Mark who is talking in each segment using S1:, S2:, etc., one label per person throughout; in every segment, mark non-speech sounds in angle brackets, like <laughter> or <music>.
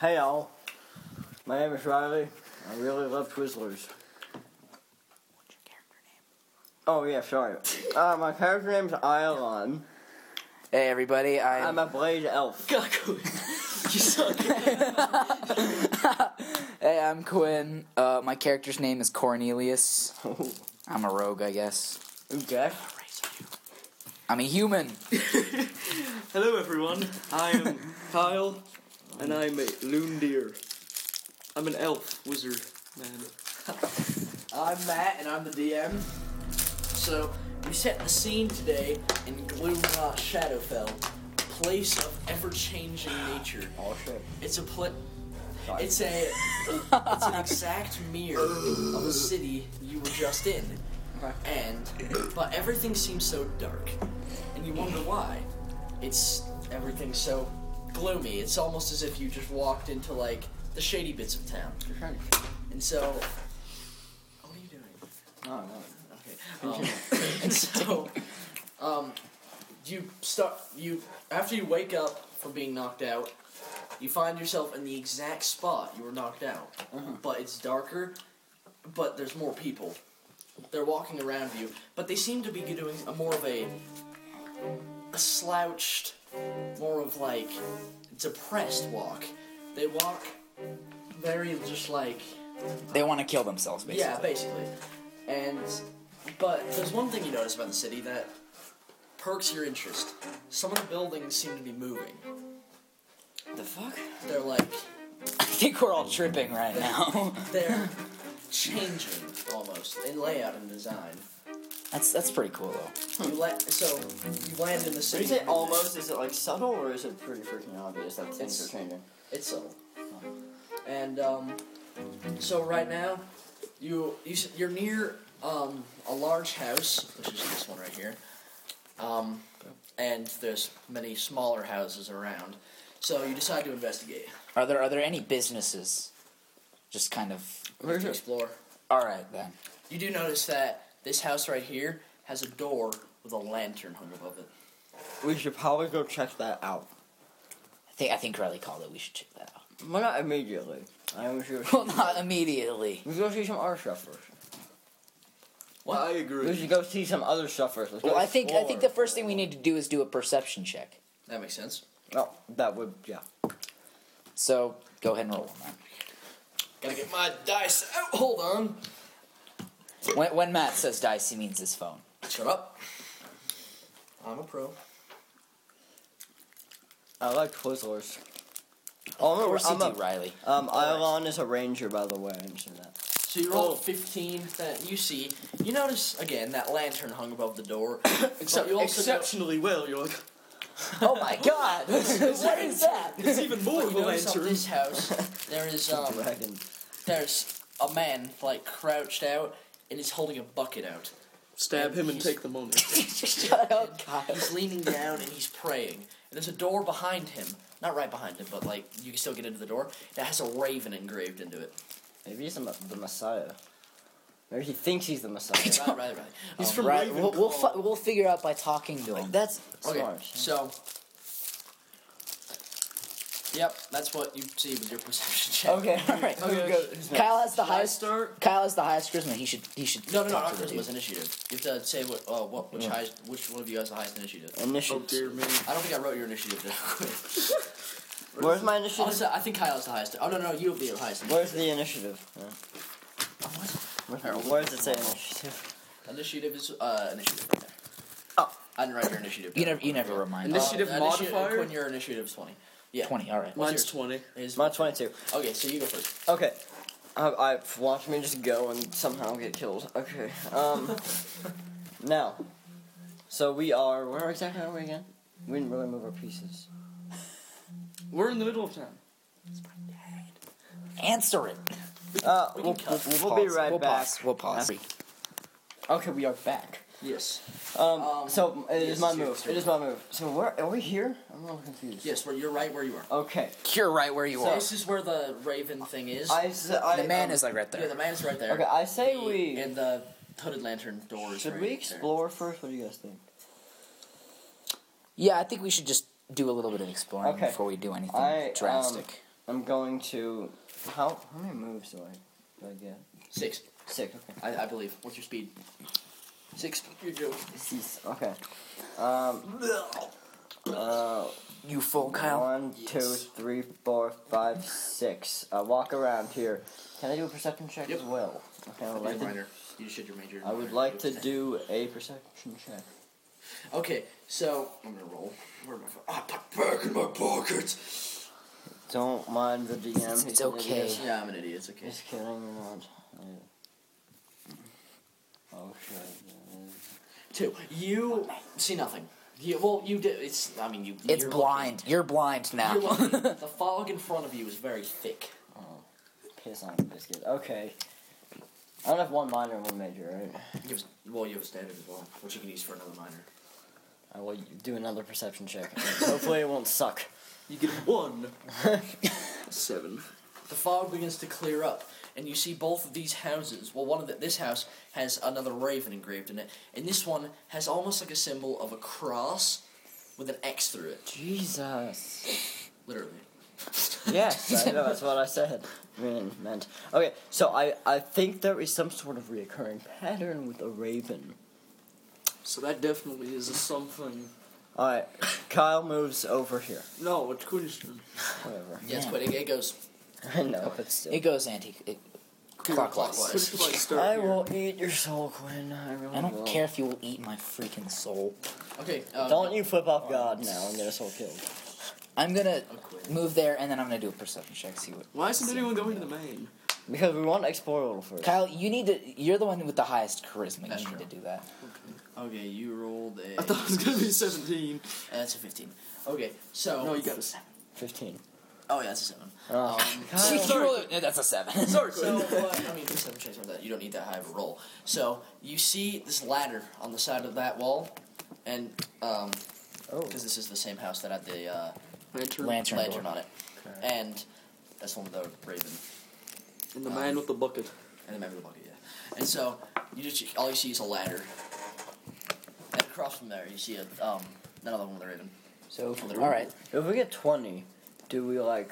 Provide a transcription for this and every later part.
S1: Hey all, my name is Riley. I really love Twizzlers. Oh yeah, sorry. Uh, my character name's Iolon.
S2: Hey everybody, I
S1: I'm a blade <laughs> elf.
S3: Gaku. you suck.
S2: hey I'm Quinn. Uh, my character's name is Cornelius. I'm a rogue, I guess.
S1: Oh, Okay.
S2: I'm a human.
S3: Hello, everyone. I am Kyle, and I'm a loon deer. I'm an elf wizard man.
S4: I'm Matt, and I'm the DM. So, we set the scene today in Gloomrot Shadowfell, a place of ever-changing nature.
S1: Oh shit.
S4: It's a pla- It's a. It's an exact mirror of the city you were just in, and but everything seems so dark, and you wonder why. It's everything's so gloomy. It's almost as if you just walked into like the shady bits of town, and so. What are you doing?
S1: No, no.
S4: Okay. Um, <laughs> and so, um, you start you after you wake up from being knocked out, you find yourself in the exact spot you were knocked out, but it's darker, but there's more people. They're walking around you, but they seem to be doing a more of a, a slouched, more of like depressed walk. They walk very just like
S2: They want to kill themselves, basically.
S4: yeah, basically. And but there's one thing you notice about the city that perks your interest. Some of the buildings seem to be moving.
S3: The fuck?
S4: They're like
S2: <laughs> I think we're all tripping right now. <laughs>
S4: they're changing almost in layout and design.
S2: that's that's pretty cool though.
S4: You la- so you land in the
S1: When
S4: city.
S1: you say almost, is it like subtle or is it pretty freaking obvious that things
S4: It's-
S1: are changing?
S4: It's subtle. And um, so right now, you, you s- you're near um, a large house, which is this one right here. Um, and there's many smaller houses around. So you decide to investigate,
S2: Are there are there any businesses? Just kind of.
S4: to explore.
S2: All right then.
S4: You do notice that this house right here has a door with a lantern hung above it.
S1: We should probably go check that out.
S2: I think I think Riley called it. We should check that out. <laughs>
S1: Well, not immediately. I am sure.
S2: Well, not immediately.
S1: We should go see some other stuff first.
S3: What? I agree.
S1: We should go see some other stuff first. Let's go
S2: Well, I think I think the
S1: explore.
S2: first thing we need to do is do a perception check.
S4: That makes sense.
S1: Oh, that would yeah.
S2: So go ahead and roll on
S4: Gotta get my dice out. Hold on.
S2: that. When, when Matt says dice, he means his phone.
S4: Shut up. I'm a pro.
S1: I like Twizzlers. Oh,
S2: Of course you
S1: I'm a-
S2: do, Riley.
S1: Um, Ilan is a ranger, by the way. I mentioned that.
S4: So you
S3: Oh.
S4: roll 15, that you see. You notice, again, that lantern hung above the
S3: <coughs>
S4: door.
S3: Except,
S4: but you also
S3: exceptionally well. You're like,
S2: Oh my
S1: <laughs>
S2: God!
S4: <laughs>
S2: what is that?
S3: it's even <laughs> more
S4: no-
S3: of
S4: you
S3: a
S4: notice on
S3: lantern.
S4: this house, there
S3: <laughs>
S4: is, um,
S1: Dragon.
S4: there's a man, like, crouched out, and he's holding a bucket out.
S3: Stab him and
S4: He's-
S3: take the
S1: <laughs>
S3: money. <laughs>
S2: Shut up, Kyle.
S4: He's leaning down and he's praying. And there's a door behind him. Not right behind him, but, like, you can still get into the door. That has a raven engraved into
S3: <laughs>
S4: it.
S1: Maybe he's the, Ma- the Messiah. Maybe he thinks he's the Messiah. <laughs>
S2: <laughs>
S4: Right, right, right.
S3: He's
S4: Um,
S3: from
S2: Right, we'll we'll,
S3: Ravenclaw.
S2: fi- we'll figure out by talking to him.
S1: That's
S4: Okay,
S1: smart.
S4: so. Yep, that's what you see with your <laughs> perception check.
S2: all right.
S4: Okay,
S1: Go-
S2: Kyle has the
S4: Should I
S2: highest.
S3: start?
S2: Kyle has the highest charisma. He should. He should.
S4: No, no, no.
S2: talk
S4: Our
S2: to the
S4: charisma is
S2: dude.
S4: initiative. You have to say what, uh, what, which, highest, which one of you has the highest initiative.
S1: Um,
S3: Oh
S1: Initiative.
S3: dear me.
S4: I don't think I wrote your initiative down. <laughs>
S1: Where's my initiative?
S4: Honestly, I think Kyle's the highest. Oh no, no, you have the highest. Oh,
S1: Where's the initiative? Yeah. Where, where does it say initiative?
S4: Initiative is uh initiative. Right there.
S1: Oh.
S4: I didn't write your initiative.
S2: You
S4: down.
S2: never. You never remind.
S4: Uh,
S2: us.
S3: Initiative
S4: the
S3: modifier?
S4: When your initiative is twenty. Yeah.
S2: Twenty. All right.
S4: What's
S3: Mine's
S4: yours?
S3: twenty.
S4: Is
S1: Mine's 22.
S4: okay, so you go first.
S1: Okay. I, I watch me just go and somehow get killed. Okay.
S4: <laughs>
S1: Um. now. So we are. Where exactly are we again? We didn't really move our pieces.
S3: We're in the middle of town.
S2: Answer it.
S1: Uh,
S4: We
S1: we
S4: can
S1: will
S4: cut.
S1: we'll, be
S2: Pause.
S1: right
S2: we'll
S1: back.
S2: Pause. We'll pause.
S1: Okay, we are back.
S4: Yes.
S1: Um,
S4: Um,
S1: so it is
S4: yes,
S1: my
S4: it's your
S1: move.
S4: turn.
S1: It is my move. So where are we here? I'm a little confused.
S4: Yes, where you're right where you are.
S1: Okay.
S2: You're right where you
S4: So
S2: are.
S4: this is where the raven thing is.
S1: I, s- I
S2: The man
S1: um,
S2: is like right
S4: Yeah,
S2: there.
S4: the man's right there.
S1: Okay, I say
S4: The-
S1: we
S4: And the hooded lantern door is
S1: should
S4: right
S1: we
S4: there.
S1: explore first. What do you guys think?
S2: Yeah, I think we should just do a little bit of exploring
S1: Okay.
S2: before we do anything
S1: I, um,
S2: drastic.
S1: I'm going to. How how many moves do I do I get?
S4: Six,
S1: Six. Okay.
S4: I, I believe. What's your speed? Six. You're joking.
S1: Six. Okay. Um. Uh.
S2: You full, Kyle?
S1: One, two,
S4: Yes.
S1: three, four, five, six. Uh, walk around here. Can I do a perception check
S4: Yep.
S1: as well? Okay. I would like to.
S4: minor. You should your major.
S1: I would
S4: minor.
S1: like to do a perception check.
S4: Okay, so I'm gonna roll. Where am I? from? I put back in my pocket.
S1: Don't mind the DM.
S2: It's-
S1: he's
S2: it's
S1: an
S2: okay.
S1: idiot.
S4: Yeah, I'm an idiot. It's okay.
S1: Just kidding, you're not. Yeah. Oh shit.
S4: Two. You see nothing. You, well, you did. It's. I mean, you.
S2: It's
S4: you're
S2: blind. You're blind now.
S1: <laughs>
S4: looking- you're looking. the fog in front of you is very thick.
S1: Piss on the biscuit. Okay. I don't have one minor and one major, right?
S4: You have, well, you have a standard as well, which you can use for another minor.
S1: I will do another perception
S2: <laughs>
S1: check. Hopefully it won't suck.
S3: You get one. <laughs> Seven.
S4: The fog begins to clear up, and you see both of these houses. Well, one of the, this house has another raven engraved in it, and this one has almost like a symbol of a cross with an X through it,
S1: Jesus.
S4: literally.
S1: Yes, I know, that's
S2: <laughs>
S1: what I said. Mean, meant. Okay, so I, I think there is some sort of reoccurring pattern with a raven.
S3: So that definitely is a something.
S1: Alright, Kyle moves over here.
S3: No, it's Queenston.
S1: Whatever.
S4: Yes,
S2: Yeah.
S4: but it, it goes.
S1: I know, but still.
S2: it goes anti it, clockwise.
S4: Clockwise.
S3: Queenston might start
S1: I
S3: here.
S1: will eat your soul, Quinn. I really
S2: I
S1: will.
S2: don't care if you will eat my freaking soul.
S4: Okay. Um,
S1: Don't you flip off God now and get us all killed.
S2: I'm gonna
S4: Okay.
S2: move there and then I'm gonna do a perception check. See what.
S3: Why isn't
S2: see
S3: anyone
S2: what-
S3: going to the main?
S1: Because we want to explore a little first.
S2: Kyle, you need to. You're the one with the highest charisma.
S4: That's
S2: you
S4: true.
S2: need to do that.
S4: Okay, you rolled a.
S3: I thought it was gonna be seventeen.
S4: Uh, that's a 15. Okay, so.
S3: No, you got a seven.
S1: 15.
S4: Oh, yeah, that's a 7.
S1: Oh.
S2: You
S1: Kyle.
S2: roll- yeah, that's a seven. <laughs>
S3: Sorry,
S4: So,
S3: Quinn.
S4: what, I mean, perception checks on that. You don't need that high of a roll. So, you see this ladder on the side of that wall, and, um,
S1: Oh.
S4: because this is the same house that had the, uh,
S3: Lantern.
S2: Lantern. door.
S4: lantern on it.
S1: Okay.
S4: And that's one of the raven
S3: And the man with the bucket.
S4: and the man with the bucket, yeah. And so you just all you see is a ladder. And across from there you see a um another one with a raven.
S1: So if,
S2: All right.
S1: if we get 20, do we like.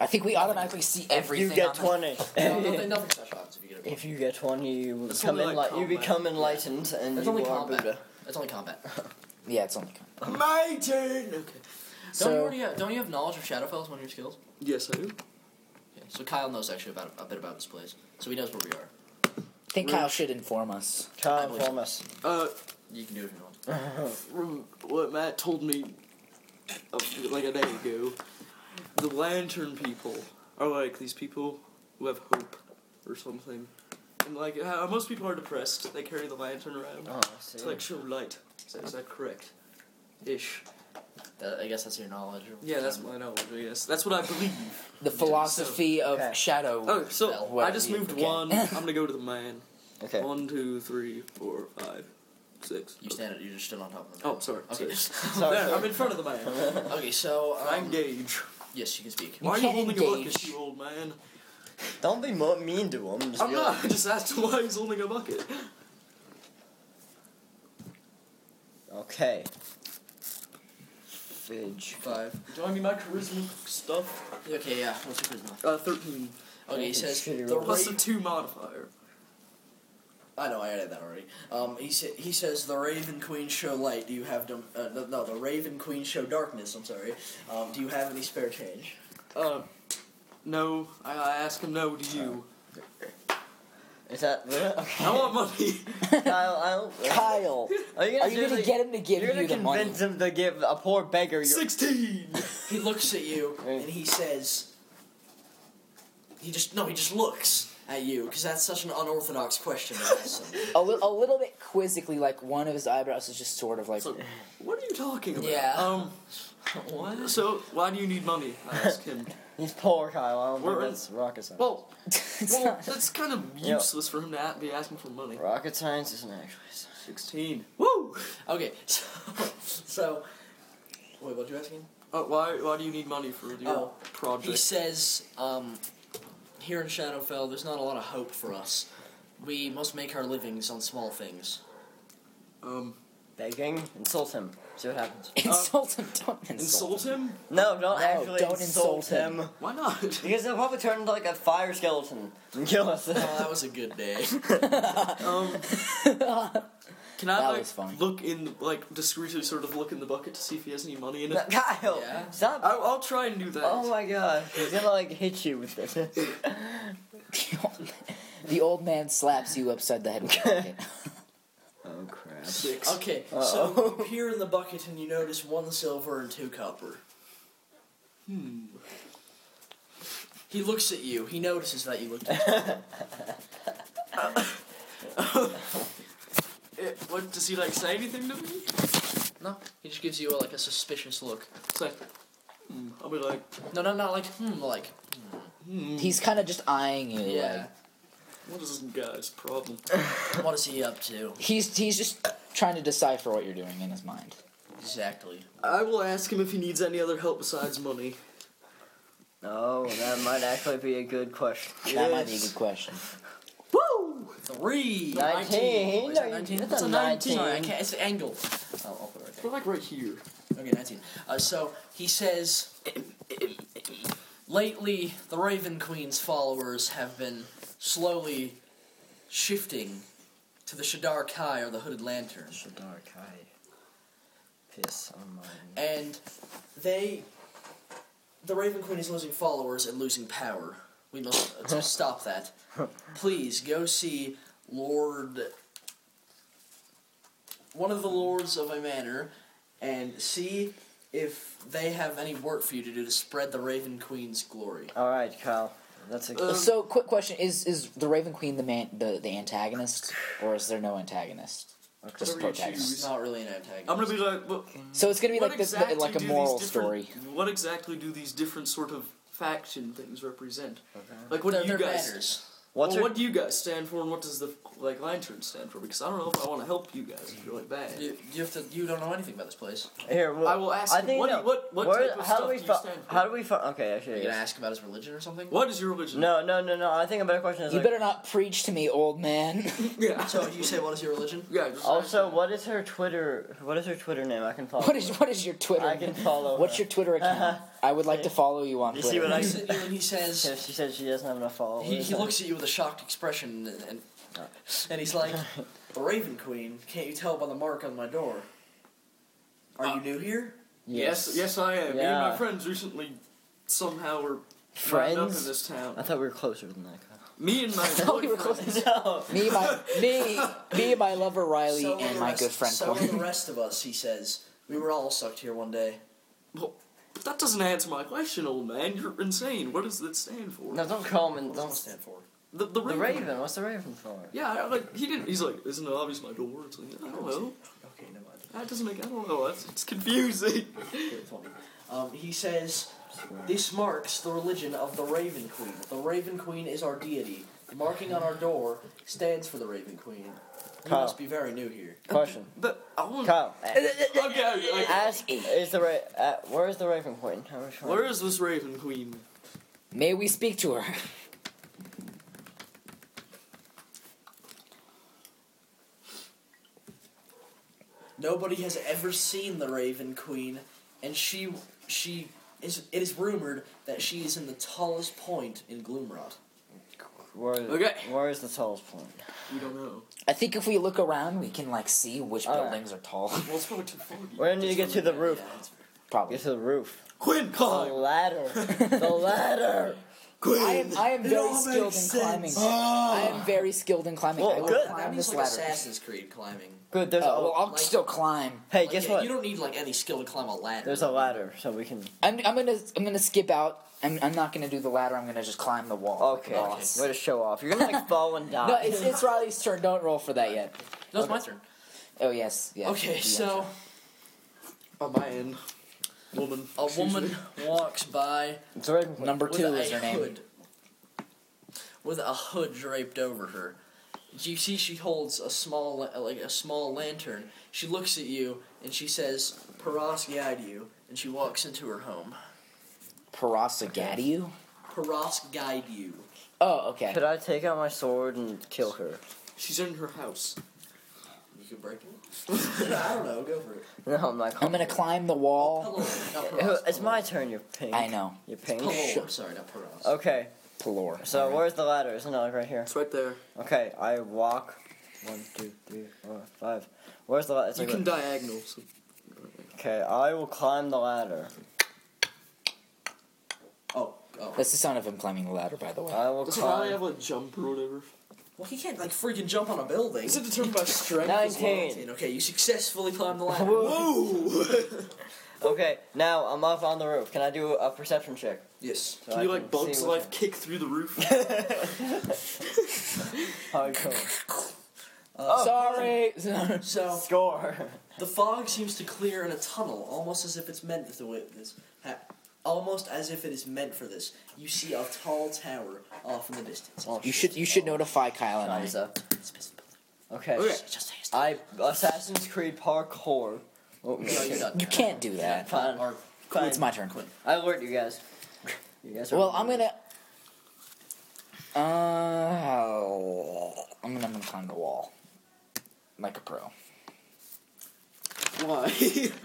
S2: I think we automatically see everything.
S1: you get
S2: on
S1: 20.
S2: the-
S4: Uh, No, <laughs> nothing, nothing special happens if you get a
S1: if you get 20, you,
S3: That's
S1: become,
S3: only like
S1: enli- you
S3: combat.
S1: become enlightened and
S4: There's
S1: you
S4: only
S1: are
S4: combat.
S1: Buddha.
S4: That's
S2: <laughs>
S4: only combat. Don't
S2: Yeah, it's only.
S3: My turn. Okay.
S4: you
S2: So
S4: already have don't you have knowledge of Shadowfell as one of your skills?
S3: Yes, I do.
S4: Yeah. So Kyle knows actually about a bit about this place. So he knows where we are.
S2: I think Kyle should inform us.
S1: Kyle,
S4: believe-
S1: inform us.
S3: Uh,
S4: You can do it if you want.
S3: from what Matt told me uh, like a day ago, the lantern people are like these people who have hope or something. And like how most people are depressed, they carry the lantern around
S1: Oh, I see.
S3: to like show light. Is that, is that correct? Ish.
S4: That, I guess that's your knowledge. of-
S3: Yeah, that's my knowledge. I guess that's what I believe.
S2: The philosophy of
S1: Okay.
S2: shadow.
S3: Oh,
S2: Well,
S3: so I
S2: whatever
S3: just
S2: you
S3: moved
S2: forget.
S3: one. I'm gonna go to the man.
S1: Okay.
S3: One, two, three, four, five, six.
S4: You stand you just stood on top of them.
S3: Oh, sorry.
S4: Okay.
S3: <laughs>
S1: Sorry,
S3: There,
S1: sorry.
S3: I'm in front of the
S2: <laughs>
S3: man.
S4: okay, so
S3: I
S4: um,
S3: engage.
S4: yes, you can speak.
S2: You
S3: Why are you
S2: can't
S3: holding a bucket,
S2: engage.
S3: you old man?
S1: Don't be mo- mean to him. Just
S3: I'm
S1: be
S3: not.
S1: like-
S3: I just asked <laughs> why he's holding a bucket.
S1: Okay. Fidge.
S4: Five.
S3: Do I mean my charisma stuff?
S4: Okay, yeah. What's your charisma?
S3: Uh, 13.
S4: Okay, he says
S1: Shitty
S4: the
S1: roll.
S3: Plus
S4: raven.
S3: the 2 modifier.
S4: I know, I added that already. Um, he sa- he says the Raven Queen show light. Do you have dom- uh, no, no, the Raven Queen show darkness. I'm sorry. Um, do you have any spare change?
S3: Uh, no. I, I ask him no to you.
S1: Is that. <laughs> Okay.
S3: I want <laughs> money.
S1: Kyle, I <laughs> don't.
S2: <laughs> Kyle,
S1: Are you
S2: are you
S1: do
S2: gonna
S1: the-
S2: get him to give
S1: You're gonna
S2: you the money?
S1: convince him to give a poor beggar your
S3: 16!
S4: He looks at you
S1: Hey.
S4: and he says. He just no, he just looks at you because that's such an unorthodox question to ask someone.
S2: A, li- a little bit quizzically, like one of his eyebrows is just sort of like.
S3: So, what are you talking about?
S4: Yeah.
S3: <laughs> Um,
S4: what?
S3: so, why do you need money? I ask <laughs> him.
S1: He's poor, Kyle. I don't
S3: We're
S1: think
S3: in-
S1: that's rocket science.
S3: Well,
S2: <laughs> It's
S3: well uh,
S2: not-
S3: that's kind of
S1: Yeah.
S3: useless for him to a- be asking for money.
S1: rocket science isn't actually science.
S3: 16. Woo!
S4: Okay, <laughs> so, so wait, what did you ask again?
S3: Uh, why, why do you need money for your
S4: Oh, He
S3: project?
S4: says, um, here in Shadowfell, there's not a lot of hope for us. We must make our livings on small things.
S3: Um,
S1: begging, insult him. See what happens.
S2: insult him. Don't insult.
S3: Insult him?
S1: No, don't
S2: No,
S1: actually
S2: don't
S1: insult,
S2: insult him.
S1: him.
S3: Why not? <laughs>
S1: Because they'll probably turn into like a fire skeleton and kill <laughs> us.
S4: Oh, that was a good
S1: <laughs>
S4: day.
S3: um, <laughs> can I
S2: That
S3: like
S2: was funny.
S3: look in, the, like discreetly sort of look in the bucket to see if he has any money in it?
S1: Kyle,
S4: Yeah.
S1: stop.
S3: I, I'll try and do that.
S1: oh my god, he's gonna like hit you with this. <laughs>
S2: <laughs> the, old man, the old man slaps you upside the head with a bucket.
S1: oh crap.
S3: Six.
S4: Okay, so you peer in the bucket and you notice one silver and two copper.
S3: Hmm.
S4: He looks at you. He notices that you looked at
S1: <laughs>
S4: him.
S3: Eh, what does he like say anything to me?
S4: No, he just gives you uh, like a suspicious look.
S3: It's like, hmm. I'll be like,
S4: No, no, not like hmm, like
S3: hmm.
S2: He's kind of just eyeing you.
S4: yeah.
S3: What is this guy's problem?
S4: What is he up to?
S2: Like, he's he's just trying to decipher what you're doing in his mind.
S4: Exactly.
S3: I will ask him if he needs any other help besides money.
S1: Oh, that might actually be a good question.
S2: That might be a
S3: Yes.
S2: good question.
S3: Woo!
S4: Three.
S1: Nineteen.
S4: Is that
S1: No,
S4: nineteen?
S1: that's
S4: That's
S1: a
S4: a nineteen. Sorry, I
S1: 19.
S4: can't. It's the angle. Oh, I'll put it right there.
S3: We're like right here.
S4: Okay, 19. Uh, so he says, lately the Raven Queen's followers have been slowly shifting to the Shadar Kai or the Hooded Lantern,
S1: dark eye. Piss on mine.
S4: and they, the Raven Queen is losing followers and losing power. We must uh, stop that. Please go see Lord, one of the lords of a manor, and see if they have any work for you to do to spread the Raven Queen's glory.
S1: Alright, Kyle. That's a
S3: Uh,
S2: So, quick question: Is is the Raven Queen the man the, the antagonist, or is there no antagonist? Just
S3: Whatever you
S2: protagonist.
S4: It's not really an antagonist.
S3: I'm gonna be like, well,
S2: So it's gonna be like this
S3: exactly
S2: like
S3: do
S2: a
S3: these
S2: moral
S3: different-
S2: story.
S3: <laughs> What exactly do these different sort of faction things represent? Like, what
S4: They're,
S3: do you
S4: they're
S3: guys?
S4: manners.
S1: What's
S3: well,
S1: your
S3: what do you guys stand for, and what does the like lantern stand for? Because I don't know if I want to help you guys really bad.
S4: You, you have to. You don't know anything about this place.
S1: Here, well,
S3: I will ask
S1: I
S3: him,
S1: think
S3: what do
S1: no.
S3: you- what- what
S1: Where-
S3: type of
S1: how
S3: stuff
S1: do we
S3: do you
S1: fi-
S3: stand for?
S1: How do we fi- Okay, actually.
S4: Are you
S1: yes.
S4: gonna ask about his religion or something?
S3: What <laughs> is your religion?
S1: No, no, no, no. I think a better question is
S2: You
S1: like,
S2: better not preach to me, old man. <laughs>
S3: Yeah.
S4: So you say, what is your religion?
S3: yeah. just
S1: Also,
S3: ask him.
S1: what is her Twitter? What is her Twitter name? I can follow.
S2: what is what is your Twitter?
S1: I can follow
S2: <laughs> What's
S1: her.
S2: your Twitter account? I would like to follow you on
S1: You see
S2: Twitter.
S1: what
S4: And
S1: I-
S4: I sit you and he
S1: So
S4: says.
S1: she said she doesn't have enough
S2: Oh,
S1: followers.
S4: He, he looks at you with a shocked expression and, and, and he's
S2: <laughs>
S4: like, "The Raven Queen, can't you tell by the mark on my door? Are you new here?
S3: Yes. yes, I am. Me and
S1: Yeah.
S3: my friends recently somehow were friends up in
S1: Friends.
S3: this town.
S1: <laughs> I thought we were closer than that.
S2: <laughs>
S1: Kyle.
S3: Me and my
S2: thought we were
S3: boyfriend-
S1: No.
S2: me, my me, me, my lover Riley,
S4: So are
S2: and
S4: the
S2: my
S4: rest-
S2: good friend.
S4: So are the
S2: Corey.
S4: rest of us," he says. "We were all sucked here one day.
S3: Well, but that doesn't answer my question, old man. You're insane. What does that stand for?
S1: No, don't call him. and
S4: What does
S1: Don't
S4: that stand for?"
S3: The, the,
S1: The
S3: raven.
S1: Raven. What's the Raven for?
S3: Yeah, I, like he didn't. He's like, isn't it obvious my door? It's like, I don't know.
S4: Okay, never mind.
S3: That doesn't make. I don't know. That's, it's confusing. <laughs>
S4: Really funny. Um, he says, This marks the religion of the Raven Queen. The Raven Queen is our deity. The marking on our door stands for the Raven Queen. You
S1: Kyle.
S4: must be very new here.
S1: Question.
S3: But I want.
S1: Kyle.
S3: Okay. Like,
S1: Ask. Is the Ra- uh, Where is the Raven Queen? How much-
S3: where is this raven queen?
S2: May we speak to her?
S4: Nobody has ever seen the Raven Queen, and she she is it is rumored that she is in the tallest point in Gloomrot.
S1: Where,
S3: Okay.
S1: Where is the tallest point?
S3: We don't know.
S2: I think if we look around, we can like see which
S1: All right.
S2: buildings are tall. <laughs>
S3: Well, it's probably too foggy.
S1: We're gonna need to get to the roof.
S2: Probably.
S1: Get to the roof.
S3: Quinn,
S1: The
S2: Oh.
S3: climb.
S1: ladder. The
S2: <laughs>
S1: ladder.
S3: Quinn.
S2: I am, I am
S3: It
S2: very
S3: all
S2: skilled
S3: makes
S2: in climbing.
S3: sense.
S2: I am very skilled in climbing.
S1: Well,
S2: I will
S1: good.
S4: Oh. That
S2: climb
S4: means
S2: this
S4: like
S2: ladder.
S4: Assassin's Creed climbing.
S1: Good. There's
S2: Oh,
S1: a.
S2: well, I'll
S4: Like-
S2: still climb.
S1: Hey,
S4: Like,
S1: guess
S4: yeah,
S1: what?
S4: You don't need like any skill to climb a ladder.
S1: There's a ladder, so we can.
S2: I'm, I'm gonna I'm gonna skip out. I'm, I'm not gonna do the ladder. I'm gonna just climb the wall. like
S1: Okay.
S2: a boss.
S1: Way to show off. You're
S2: <laughs>
S1: gonna like fall and die.
S2: No, it's, it's Riley's turn. Don't roll for that yet.
S4: No, it's my turn.
S2: Oh yes, yes.
S4: Okay,
S2: the
S4: so.
S3: A man. Woman.
S4: A
S3: excuse
S4: woman
S3: me.
S4: walks by
S1: It's the Raven Queen.
S2: number
S4: with
S2: two
S4: a
S2: is her name.
S4: hood, with a hood draped over her. You see, she holds a small, la- like a small lantern. She looks at you and she says, "Paras guide you," and she walks into her home.
S2: Parasagadiu.
S4: Paras guide you.
S2: Oh, okay.
S1: Could I take out my sword and kill her? <laughs>
S3: She's in her house.
S4: You could break it? <laughs> I don't know. Go for it.
S1: No, I'm not.
S2: I'm gonna climb the wall.
S4: Hello. Not
S1: It-
S4: Perros.
S1: It's my turn. You're pink.
S2: I know.
S1: You're pink.
S4: Hello. Sorry, not Perros.
S2: Oh.
S1: Okay.
S2: Plor.
S1: So where's the ladder? Isn't it like right here?
S3: It's right there.
S1: Okay, I walk. One, two, three, four, five. Where's the ladder? It's
S3: you
S1: like
S3: can
S1: right-
S3: diagonal. So
S1: okay, I will climb the ladder.
S4: Oh. Oh.
S2: That's the sound of him climbing the ladder, by the way.
S1: I will
S3: does not
S1: climb.
S3: have a jump or whatever?
S4: Well, he can't like freaking jump on a building.
S3: Is it determined by strength? as well?
S1: Nineteen.
S4: And, okay, you successfully climbed the ladder.
S3: Whoa!
S1: Okay, now I'm up on the roof. Can I do a perception check?
S4: Yes.
S1: So
S3: Can
S1: I
S3: you like
S1: see
S3: Bugs
S1: what's-
S3: Life kick through the roof?
S1: Hardcore.
S2: Oh.
S4: Uh,
S2: Sorry.
S4: So
S1: Score.
S4: the fog seems to clear in a tunnel, almost as if it's meant for this. Ha- almost as if it is meant for this. You see a tall tower off in the distance.
S1: Oh,
S2: you should you should notify Kyle and I.
S1: Nice. up.
S4: It's a business building.
S1: Okay.
S3: Okay.
S4: Just- just say it's-
S1: I Assassin's Creed parkour. Oh,
S4: No, you're not.
S2: You can't do
S4: Yeah,
S2: that.
S1: Fine.
S4: or-
S1: Fine.
S2: It's my turn.
S1: I alert you guys. You guys. Are
S2: Well, I'm gonna. Uh, I'm gonna, I'm gonna climb the wall, like a pro. <laughs>
S3: Why?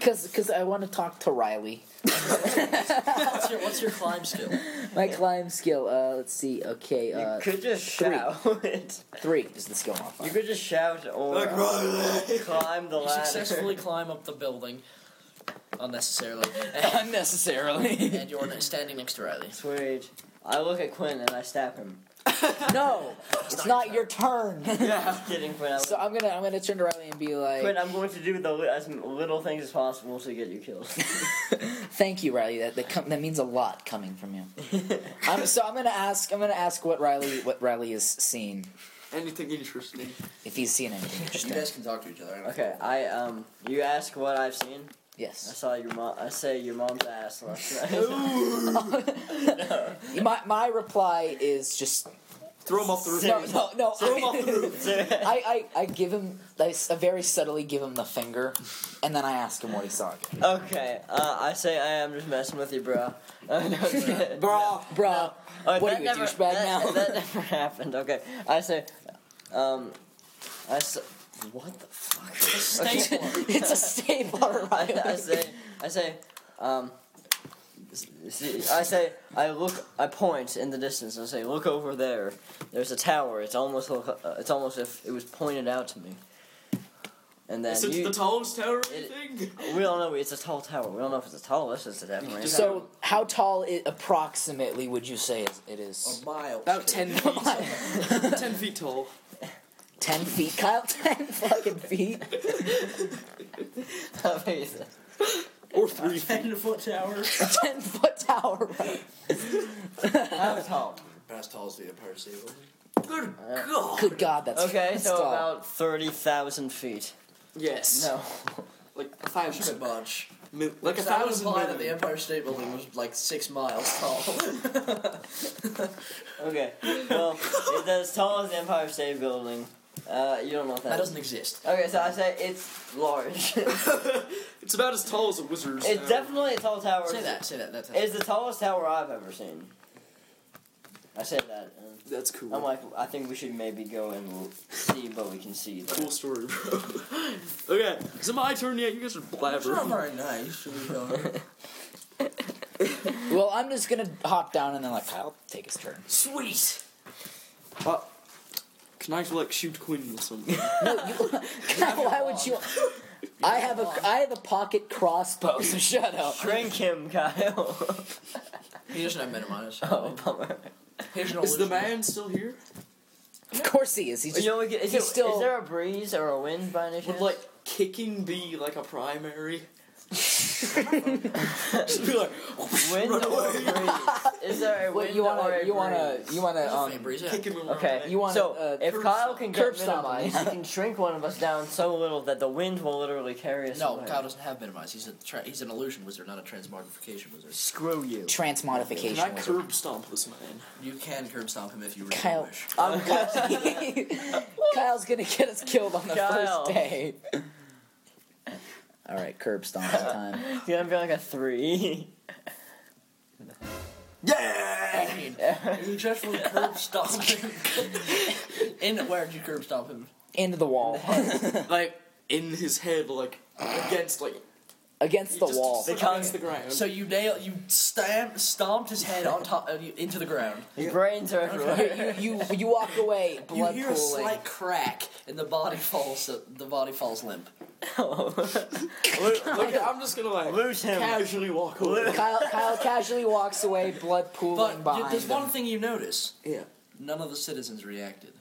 S2: Cause, cause I want to talk to Riley.
S4: What's your, what's your climb skill?
S2: My climb skill. Uh, let's see. Okay.
S1: You
S2: Uh,
S1: could just
S2: three.
S1: shout.
S2: three is the skill
S1: <laughs>
S2: modifier.
S1: you could just shout or
S3: like <laughs> Riley.
S1: climb the
S4: You
S1: ladder.
S4: <laughs> successfully climb up the building, unnecessarily,
S2: <laughs> Unnecessarily.
S4: and you're standing next to Riley.
S1: Sweet. I look at Quinn and I stab him.
S2: no, it's not your turn. <laughs>
S1: Yeah. kidding, Quinn. I-
S2: so I'm gonna, I'm gonna turn to Riley and be
S1: Quinn,
S2: like,
S1: I'm going to do the li- as little things as possible to get you killed. <laughs>
S2: "Thank you, Riley. That that, com- that means a lot coming from you."
S3: <laughs>
S2: I'm, so I'm gonna ask, I'm gonna ask what Riley, what Riley has seen,
S3: Anything interesting?
S2: if he's seen anything interesting.
S4: You guys can talk to each other. I don't
S1: okay, I um, you ask what I've seen. I
S2: yes.
S1: saw your mom. I say your mom's ass <laughs> last night.
S3: Ooh.
S2: My my reply is just
S3: Throw him off the roof.
S2: no, no, no.
S3: Throw him off the
S2: I,
S3: roof.
S2: I, I, I give him, I s- very subtly give him the finger, and then I ask him what he saw.
S3: <laughs>
S2: Again.
S1: <laughs> okay, uh, I say I am just messing with you, bro. <laughs> Uh, no, okay.
S3: Bro.
S2: Bruh,
S1: Uh,
S2: what
S1: that
S2: are you,
S1: never-
S2: a douchebag
S1: that-
S2: now?
S1: That never <laughs> happened. Okay, I say, um, I say, what the fuck? Okay.
S2: <laughs> it's a stapler,
S1: <laughs> I, I
S2: <laughs> Riley.
S1: say, I say, um, s- see, I say, I look, I point in the distance and say, look over there. There's a tower. It's almost, look, uh, it's almost if it was pointed out to me. And then
S3: Is it
S1: you,
S3: the tallest tower or
S1: It-
S3: anything?
S1: we don't know. It's a tall tower. We don't know if it's the tallest. It's definitely.
S2: So, how tall i approximately would you say is- it
S4: know.
S2: is?
S4: A mile.
S3: About ten feet. ten feet tall.
S2: <laughs> Ten feet, Kyle. <laughs> Ten fucking feet.
S1: Amazing.
S3: Or three feet.
S4: Ten <laughs> foot tower.
S2: Ten foot tower. Right?
S1: How tall?
S4: About as tall as the Empire State Building.
S3: Good God.
S2: Good God, that's
S1: Okay,
S2: that's
S1: so
S2: tall.
S1: about thirty thousand feet.
S3: Yes.
S1: No.
S3: Like a
S4: That's a
S3: thousand.
S4: bunch.
S3: mi- Like a
S4: Because I was
S3: thousand.
S4: implying that the
S3: million.
S4: Empire State Building was like six miles <laughs> tall.
S1: Okay. Well, it's as tall as the Empire State Building. Uh, you don't know what that.
S4: that
S1: is.
S4: doesn't exist.
S1: Okay, so I say it's large.
S3: <laughs>
S1: <laughs>
S3: It's about as tall as a wizard's.
S1: It's
S3: tower.
S1: definitely a tall tower.
S4: Say that. Say that. That's
S1: It's the tallest tower I've ever seen. I said that. and
S3: That's cool.
S1: I'm like, I think we should maybe go and l- see what we can see. there.
S3: cool story, bro. <laughs> okay, is it my turn yet? You guys are
S4: It's not
S3: blabbering.
S4: very nice. to be <laughs> honest.
S2: Well, I'm just gonna hop down and then let Kyle take his turn.
S3: Sweet. Uh, can I like shoot Quinn
S2: <laughs>
S3: or something?
S2: Kyle, why would you? <laughs> I have a I have a pocket crossbow. So <laughs> shut up.
S1: Shrink him, Kyle.
S4: he doesn't have minimus.
S1: <laughs> oh, bummer.
S4: Here's an
S3: <laughs> is the
S4: illusion. <laughs>
S3: man still here?
S2: Of course he is. He's
S1: You
S2: just,
S1: know, we could- is,
S2: he's
S1: it-
S2: still-
S1: is there a breeze or a wind by any
S3: Would
S1: chance?
S3: like <laughs> kicking be like a primary? Just be like
S1: wind
S3: run
S1: or
S3: away.
S1: breeze? Is there a
S2: <laughs> wait,
S1: wind
S2: you
S1: or
S2: wanna
S1: a
S2: you wanna
S1: breeze?
S2: you wanna
S4: There's a faint
S2: um.
S4: breeze, yeah.
S3: Kicking him
S1: Okay,
S3: around.
S2: You want
S1: so
S2: uh,
S1: if
S2: curb
S1: Kyle can
S2: curb
S1: get
S2: stop me.
S1: minimized, he can shrink one of us down so little that the wind will literally carry us
S4: No,
S1: away.
S4: Kyle doesn't have minimize. He's a tra- he's an illusion wizard, not a transmogrification wizard.
S1: Screw you.
S3: Can I
S2: transmodification. wizard.
S3: curb stomp this man?
S2: <laughs>
S4: You can curb stomp him if you really
S2: Kyle. <laughs> Oh,
S4: wish.
S1: I'm
S2: Kyle's gonna get us killed on the
S1: Kyle.
S2: first day. All right, curb stomp time.
S1: <laughs> gonna be like a three. <laughs>
S3: Yeah.
S4: I mean, you dreadfully curb stomp <laughs> him. In where did you curb stomp him?
S2: Into the wall.
S3: Like in his head, like against like
S2: against the
S3: just-
S2: wall.
S3: just against the ground.
S4: So you nail you stamp stomped his head on top uh, you- into the ground.
S1: His brains are
S2: <laughs>
S1: everywhere.
S2: you, you you walk away,
S4: You
S2: blood
S4: hear a
S2: pooling.
S4: slight crack, and the body falls. uh, The body falls limp.
S2: <laughs>
S3: Look, look, I'm just gonna like
S1: Lose him.
S3: casually walk away.
S2: Kyle, Kyle casually walks away, blood pooling
S4: But you,
S2: behind
S4: there's
S2: him.
S4: one thing you notice:
S3: <laughs> Yeah.
S4: none of the citizens
S2: <laughs>
S4: reacted.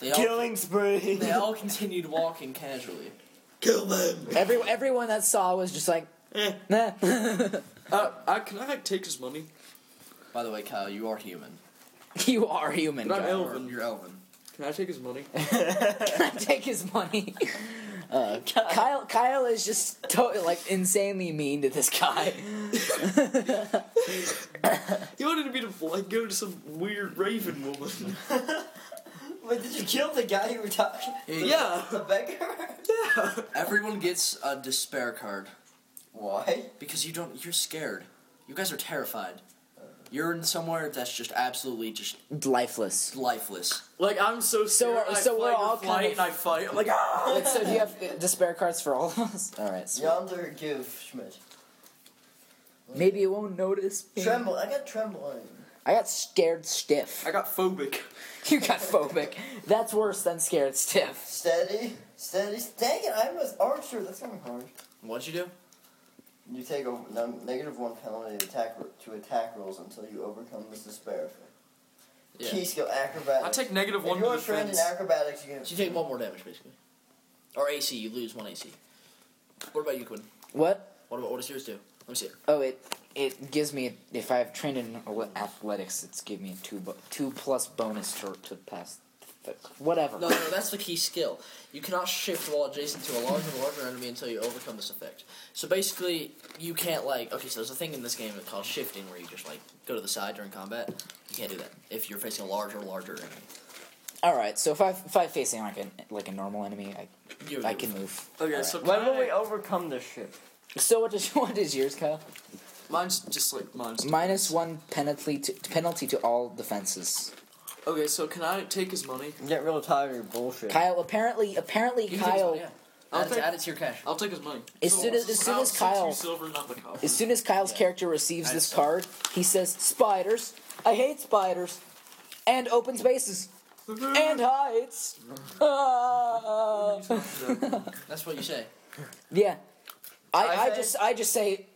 S4: They all,
S1: Killing spree.
S4: they all continued walking casually.
S3: Kill them.
S2: Every, everyone that saw was just like,
S3: Eh.
S2: nah. <laughs>
S3: Uh, I, can I like take his money?
S4: By the way, Kyle, you are human.
S2: you are human.
S3: But I'm
S2: Kyle.
S3: ill.
S4: Or You're Elvin.
S3: Can I take his money? <laughs>
S2: <laughs> Take his
S4: <laughs>
S2: money. Uh, Kyle Kyle is just to- like insanely mean to this
S4: <laughs>
S2: guy.
S3: He wanted me to like go to some weird raven woman.
S1: Wait, did you kill the guy you were talking?
S3: yeah. <laughs>
S1: The <laughs> beggar?
S3: Yeah.
S4: Everyone gets a despair card
S1: Why?
S4: because you don't. You're scared. You guys are terrified. You're in somewhere that's just absolutely just
S2: Lifeless.
S4: lifeless.
S3: Like I'm
S2: So
S3: so scared,
S2: are-
S3: I
S2: so we're
S3: fight or
S2: all
S3: flight,
S2: kind of-
S3: and I fight. I'm like ah.
S2: Wait, so do you have uh, despair cards for all of us? All right. sweet.
S1: Yonder give Schmidt.
S2: Maybe it won't notice. me.
S1: Tremble. I got trembling.
S2: I got scared stiff. <laughs>
S3: I got phobic.
S2: You got phobic. That's worse than scared stiff.
S1: Steady. Steady. Dang it, I'm an archer. That's gonna be hard.
S4: What'd you do?
S1: You take a no, negative one penalty to attack, to attack rolls until you overcome this despair.
S4: Yeah.
S1: Key skill acrobatics.
S3: I take negative
S1: if
S3: one to
S1: you're a friend in
S3: defense.
S1: acrobatics, you can.
S4: So
S1: <laughs>
S4: you take one more damage, basically. Or AC, you lose one AC. What about you, Quinn?
S2: What?
S4: What about what does yours do? Let me see.
S2: Oh, it it gives me if I have trained in al- athletics, it's give me a two bo- two plus bonus to to pass. th- Whatever.
S4: No, no, that's the key skill. You cannot shift while adjacent to a larger, larger enemy until you overcome this effect. So basically, you can't like. Okay, so there's a thing in this game that's called shifting, where you just like go to the side during combat. You can't do that if you're facing a larger, larger enemy.
S2: All right. So if I if I'm facing like a like a normal enemy, I
S4: You
S2: I can move.
S3: Okay, so
S1: When will
S3: can I-
S1: we overcome this shit?
S2: So what does <laughs> what is yours, Kyle?
S3: Mine's just like mine's.
S2: Minus one penalty to penalty to all defenses.
S3: Okay, so can I take his money?
S1: I'm getting real tired of your bullshit.
S2: Kyle apparently apparently
S4: You can take this
S2: Kyle
S4: one, yeah.
S3: I'll
S4: Add, it,
S3: take-
S4: add it to your cash.
S3: I'll take his money.
S2: As soon as- as soon as
S3: I'll
S2: Kyle-
S3: Send you silver, not the copper.
S2: as soon as Kyle's
S4: Yeah.
S2: character receives this
S4: Nice.
S2: card, he says spiders. I hate spiders, and open spaces
S4: Mm-hmm.
S2: and heights. <laughs>
S4: <laughs>
S2: Ah.
S4: That's what you say.
S2: Yeah, I
S1: I
S2: I,
S1: say-
S2: just I just say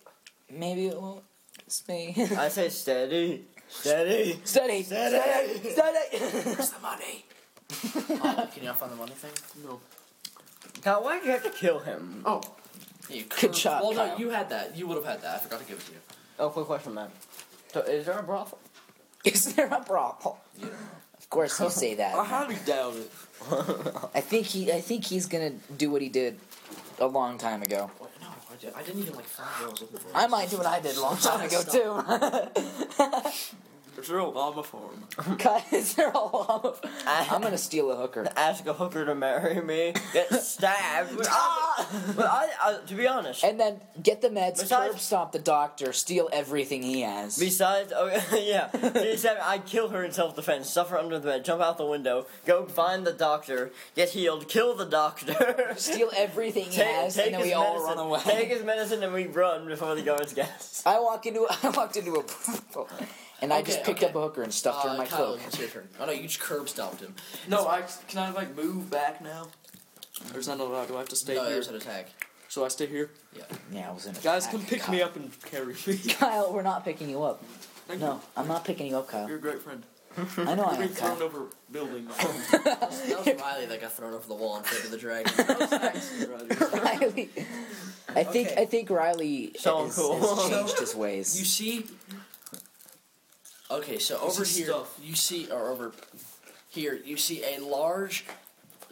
S2: maybe it won't. It's me. <laughs>
S1: I say steady. <laughs> Steady.
S2: Steady,
S1: Steady.
S2: steady, steady. <laughs>
S4: Where's the money? <laughs> oh, can y'all find the money thing?
S3: no.
S1: Kyle, why did you have to kill him?
S3: Oh,
S4: Yeah, you
S2: Good shot,
S4: Well, no,
S2: Kyle.
S4: you had that. You would have had that. I forgot to give it to you.
S1: Oh, quick question, man. So, is there a brothel?
S2: Is there a brawl?
S4: Yeah.
S2: Of course you say that.
S3: I highly doubt it.
S2: I think he. I think he's gonna do what he did a long time ago.
S4: Wait, no, I, did, I didn't even like find what I was looking for.
S2: I might do what I did a long time ago <laughs> too.
S3: There's a llama farm.
S2: Guys, they're all. I'm gonna steal a hooker.
S1: Ask a hooker to marry me. <laughs> Get stabbed. but I, but I, I, to be honest,
S2: And then get the meds,
S1: Besides-
S2: curb stomp the doctor, steal everything he has.
S1: Besides, oh <laughs> yeah, besides, I kill her in self-defense, suffer under the bed, jump out the window, go find the doctor, get healed, kill the doctor, <laughs>
S2: steal everything he has, and then we all run away.
S1: take his medicine, and we run before the guards guess.
S2: I walk into <laughs> I walked into a and I just
S4: Okay,
S2: picked
S4: okay.
S2: up a hooker and stuffed her in
S4: Uh,
S2: my
S4: Kyle,
S2: cloak.
S4: it's your turn. Oh no, you just curb stomped him.
S3: No, I can I like move back now? Or is that not allowed? Do I have to stay
S4: no,
S3: here?
S4: there's an attack.
S3: So I stay here.
S2: Yeah, I was in a
S3: Guys,
S2: pack.
S3: come pick
S2: Kyle.
S3: me up and carry me.
S2: Kyle, we're not picking you up.
S3: Thank
S2: No, I'm not picking you up,
S3: you.
S2: Kyle.
S3: <laughs> You're a great friend.
S2: I know I
S3: You're being
S2: am, Kyle. <laughs>
S4: <laughs>
S3: thrown over buildings. <laughs>
S4: That was Riley that got thrown over the wall in front of the dragon.
S2: Riley. I think
S4: Okay.
S2: I think Riley
S1: So
S2: has,
S1: cool.
S4: <laughs>
S2: has changed his
S4: you
S2: ways.
S4: see? Okay, so over
S3: is
S4: here
S3: stuff.
S4: you see, or over here you see a large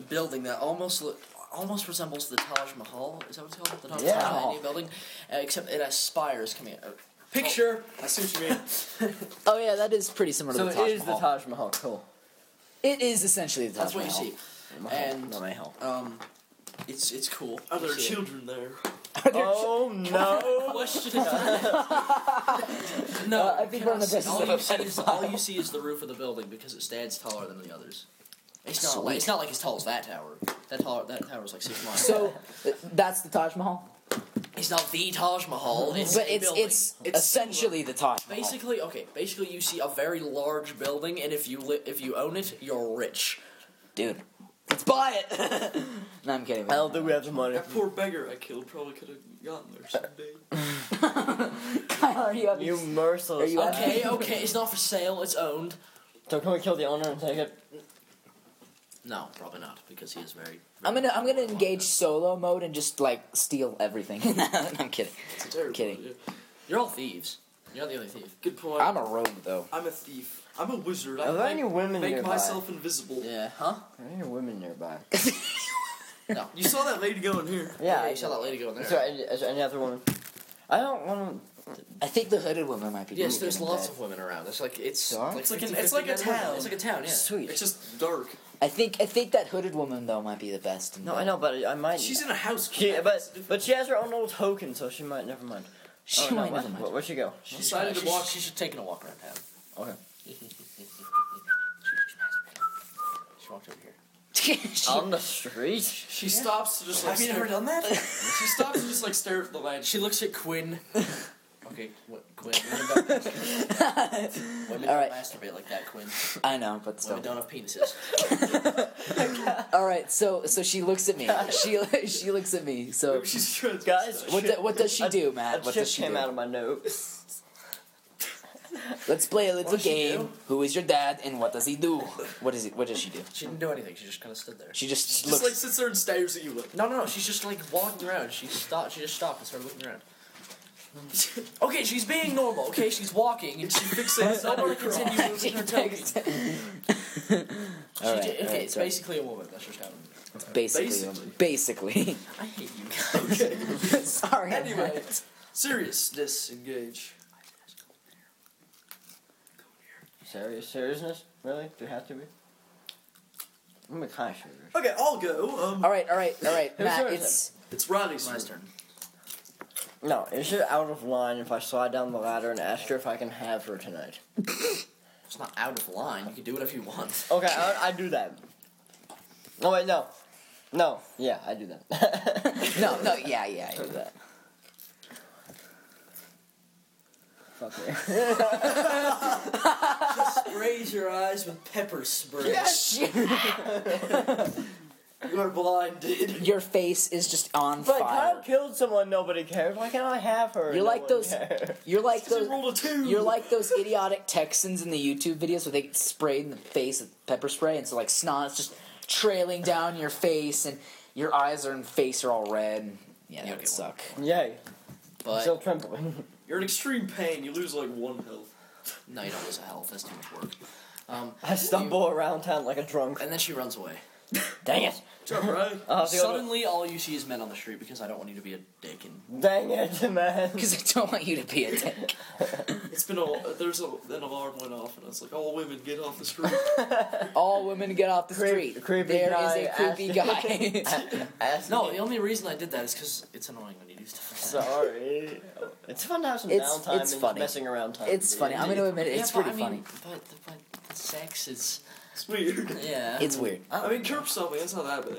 S4: building that almost look, almost resembles the Taj Mahal. Is that what it's called? The Taj
S1: Yeah.
S4: Mahal Indian building, uh, except it has spires coming out.
S3: Picture. I see what you mean.
S2: Oh yeah, that is pretty similar
S1: So
S2: to
S1: it
S2: the Taj
S1: is
S2: Mahal.
S1: the Taj Mahal. Cool.
S2: it is essentially the Taj
S4: That's what you
S2: Mahal.
S4: see. And-
S1: no, my help.
S4: Um, it's it's cool.
S3: Are there
S4: You see it.
S3: children there?
S1: Oh <laughs> no!
S4: Question. no,
S2: Uh, I think we're on the
S4: cannot see-
S2: basis
S4: all
S2: of a
S4: you see is all you see is the roof of the building because it stands taller than the others. It's not. Like, it's not like as tall as that tower. That tower. That tower's like six miles.
S2: So th- that's the Taj Mahal,
S4: it's not the Taj Mahal. It's
S2: but
S4: a
S2: it's
S4: building.
S2: it's,
S3: It's
S2: essentially the Taj Mahal.
S4: Basically, okay. Basically, you see a very large building, and if you li- if you own it, you're rich.
S2: dude. Let's buy it. no, I'm kidding.
S1: I don't think we have the money.
S3: That poor beggar I killed probably could have gotten there someday.
S2: Kyle, <laughs> are you? up?
S1: You merciless.
S2: Are you
S1: okay.
S4: Okay, okay. It's not for sale. It's owned.
S1: So can we kill the owner and take it?
S4: No, probably not, because he is very.
S2: I'm gonna I'm gonna engage solo mode and just like steal everything. <laughs> No, I'm kidding.
S3: It's a terrible
S2: Kidding.
S3: idea.
S4: You're all thieves. You're the only thief.
S3: Good point.
S2: I'm a rogue though.
S3: I'm a thief. I'm a wizard.
S1: Are
S3: I
S1: there
S3: make-
S1: any women
S3: make
S1: nearby?
S3: myself invisible.
S4: Yeah. Huh?
S1: Are there any women nearby?
S4: No.
S3: You saw that lady going here.
S1: yeah,
S4: you saw
S1: <laughs>
S4: that lady go in there.
S1: Is there, any, is there any other woman? I don't want
S2: I think the hooded woman might be.
S4: Yes,
S2: good
S4: there's
S2: in
S4: lots
S2: bed.
S4: of women around. It's like it's
S1: There are?
S4: like, it's
S3: It's like
S4: like,
S3: an-
S4: it's like a
S3: 50-50 men.
S4: town. It's like a town. Yeah.
S3: It's
S1: Sweet.
S3: just dark.
S2: I think I think that hooded woman though might be the best. in
S1: No,
S2: bed.
S1: I know, but I might.
S3: She's in a house.
S1: She, but but she has her own little token, so she might. Never mind.
S2: <laughs> She
S1: oh, no,
S2: might
S1: what?
S2: never mind.
S1: Where- Where'd she go?
S4: She's
S3: decided
S4: uh,
S3: to
S4: she's-
S3: walk-
S4: She's just taking a walk around town. <laughs>
S1: Okay.
S4: She walked over here.
S2: She-
S1: On the street.
S3: She stops to just like. stare-
S4: done that?
S3: <laughs> She stops to just like stare at the land.
S4: She looks at Quinn. okay, <laughs> what Quinn? Women don't- Women
S2: All right.
S4: don't masturbate like that, Quinn.
S2: I know, but
S4: Women
S2: still.
S4: don't have penises.
S2: All right, so so she
S1: <laughs>
S2: looks at me. She <laughs> she looks at me. So
S3: <laughs> She's trying to
S1: Guys,
S3: stare.
S2: what do, what does she
S1: A-
S2: do,
S1: That
S2: Matt? What
S1: chip
S2: does she
S1: came
S2: do?
S1: out of my nose.
S2: Let's play a little
S4: does she
S2: game.
S4: do?
S2: Who is your dad, and what does he do? What is he? What does she do?
S4: She didn't do anything. She just kind of stood there.
S2: She just
S3: She just
S2: looks.
S3: like sits there and stares at you. Like,
S4: No, no, no. She's just like walking around. She stopped. She just stopped and started looking around. <laughs> okay, she's being normal. Okay, she's walking. And she
S3: fixates
S4: I
S3: on
S4: want
S3: your
S4: to
S3: cross.
S4: continue moving her token.
S2: All
S4: She
S2: right,
S4: did-
S2: all
S4: okay,
S2: right,
S4: it's
S2: sorry.
S4: basically a woman. That's just happening.
S2: basically, basically.
S4: I hate you
S2: <laughs>
S4: guys.
S2: Sorry. I'm
S3: Anyway,
S2: not-
S3: seriousness engage.
S1: Serious seriousness? Really? Do you have to be? I'm a kind of sure.
S3: Okay, I'll go. Um,
S2: All right, all right, all right,
S1: Who's
S2: Matt.
S1: yours
S2: It's
S3: it's Riley's
S4: My
S3: turn.
S4: turn.
S1: No, it's just out of line if I slide down the ladder and ask her if I can have her tonight.
S4: It's not out of line. You can do whatever
S1: <laughs>
S4: you want.
S1: Okay, I, I do that. No, wait, no. No, yeah, I do that. <laughs>
S2: no, no, yeah, yeah, yeah.
S1: Fuck it.
S4: Raise your eyes with pepper spray.
S2: Shit,
S4: You are blinded.
S2: Your face is just on
S1: But
S2: fire.
S1: Kyle killed someone nobody cares. Why can't I have her? and
S2: You're
S1: no
S2: like
S1: one
S2: those-
S1: <laughs> cares?
S2: You're like
S3: She
S2: those.
S3: rolled a two.
S2: You're like those idiotic Texans in the YouTube videos where they get sprayed in the face with pepper spray, and so like snot's just trailing down your face, and your eyes are and face are all red. and- Yeah, that
S4: Yeah,
S2: would
S4: okay.
S2: suck.
S1: Yay.
S4: But
S1: Still trembling.
S3: You're in extreme pain. You lose like one health.
S4: no, you don't lose a health. That's too much work. Um,
S1: <laughs> I stumble around town like a drunk.
S4: and then she runs away.
S1: Dang it.
S3: It's all right.
S1: I'll have to go to-
S4: Suddenly, all you see is men on the street because I don't want you to be a dick. And
S1: Dang it, <laughs> man.
S2: Because I don't want you to be a dick.
S3: It's been a. There's a, an alarm went off, and I was like, "All women, get off the street."
S2: All women get off the
S1: Creep-
S2: street. There is
S1: creepy guy
S2: a creepy guy. <laughs>
S1: Ask
S4: no,
S1: me.
S4: the only reason I did that is because it's annoying when you do stuff. Like that.
S1: <laughs> Sorry. It's fun to have some
S2: It's-
S1: downtime
S2: it's
S1: and
S2: funny.
S1: messing around time.
S2: it's funny. I'm going to admit it.
S4: Yeah,
S2: It's
S4: but
S2: pretty
S4: I
S2: funny.
S4: mean, But, but the sex
S2: <laughs>
S4: is
S3: it's weird.
S4: yeah.
S2: It's weird.
S3: <laughs>
S1: uh,
S3: I mean, curb stomping. It's not that bad.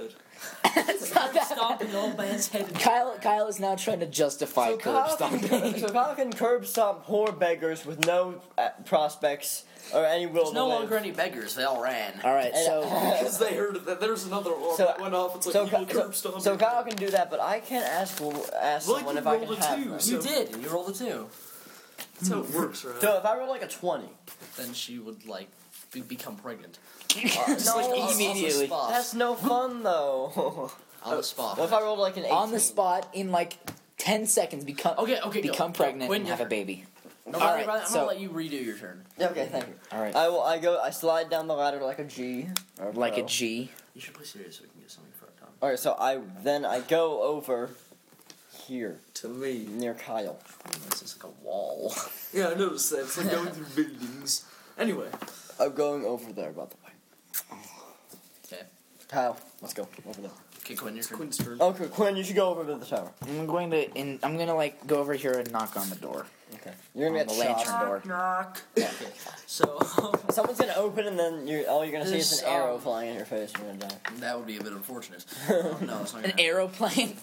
S2: It's not that.
S4: stomping the old man's head.
S2: <laughs> <laughs>
S4: and-
S2: Kyle, Kyle is now trying to justify
S1: So
S2: curb
S1: Kyle, <laughs> can,
S2: stomping.
S1: so Kyle can curb stomp poor beggars with no uh, prospects or any will
S4: There's
S1: to
S4: no
S1: live.
S4: longer any beggars. They all ran.
S2: All right,
S1: And-
S2: so
S1: <laughs>
S3: Because they heard that there's another alarm
S1: So-
S3: that went off. It's like
S1: so,
S3: you will
S1: Ky- so,
S3: curb stomping.
S1: so Kyle can do that, but I can't ask ask
S3: Well,
S1: someone
S3: you
S1: if I
S3: rolled
S1: can
S3: a
S1: have
S3: two,
S1: them.
S4: You did, and you rolled a two.
S3: That's how it works, right?
S1: So if I roll like a twenty,
S4: Then she would like be- become
S2: <laughs>
S4: pregnant. <laughs>
S1: no,
S4: like,
S1: on-
S2: immediately.
S4: on the
S1: that's
S4: spot.
S1: no fun though.
S4: On the spot.
S1: <laughs> what if I rolled like an 18?
S2: on the spot in like 10 seconds become
S4: Okay, okay, go.
S2: become pregnant
S4: When
S2: and
S4: you're-
S2: have a baby
S4: No,
S2: All
S4: Riley,
S2: right,
S4: Riley, I'm
S2: so-
S4: gonna let you redo your turn.
S1: Okay, thank you.
S2: all right
S1: I will. I go. I slide down the ladder like a G. or
S2: like a
S1: pro.
S2: g
S4: You should play serious so we can get something for our time.
S1: Okay, so I then I go over here
S3: to me.
S1: near Kyle.
S4: This is like a wall. <laughs>
S3: Yeah, I noticed that. It's like going through buildings. Anyway,
S1: I'm going over there, by the way.
S4: Okay.
S1: Kyle, let's go over there.
S4: Okay, Quinn, your turn.
S3: Quinn's turn.
S1: Okay, Quinn, you should go over to the tower.
S2: I'm going to in, I'm gonna like go over here and knock on the door.
S1: Okay. You're gonna
S2: On
S1: get
S2: the lantern
S1: shot.
S2: door.
S1: Oh.
S4: Knock. Okay. So <laughs>
S1: Someone's gonna open, and then you're all you're gonna see is
S4: This,
S1: an arrow
S4: um,
S1: flying in your face. and You're gonna die.
S4: that would be a bit
S2: <laughs>
S4: unfortunate. Oh, no, it's not gonna
S2: <laughs> An aeroplane.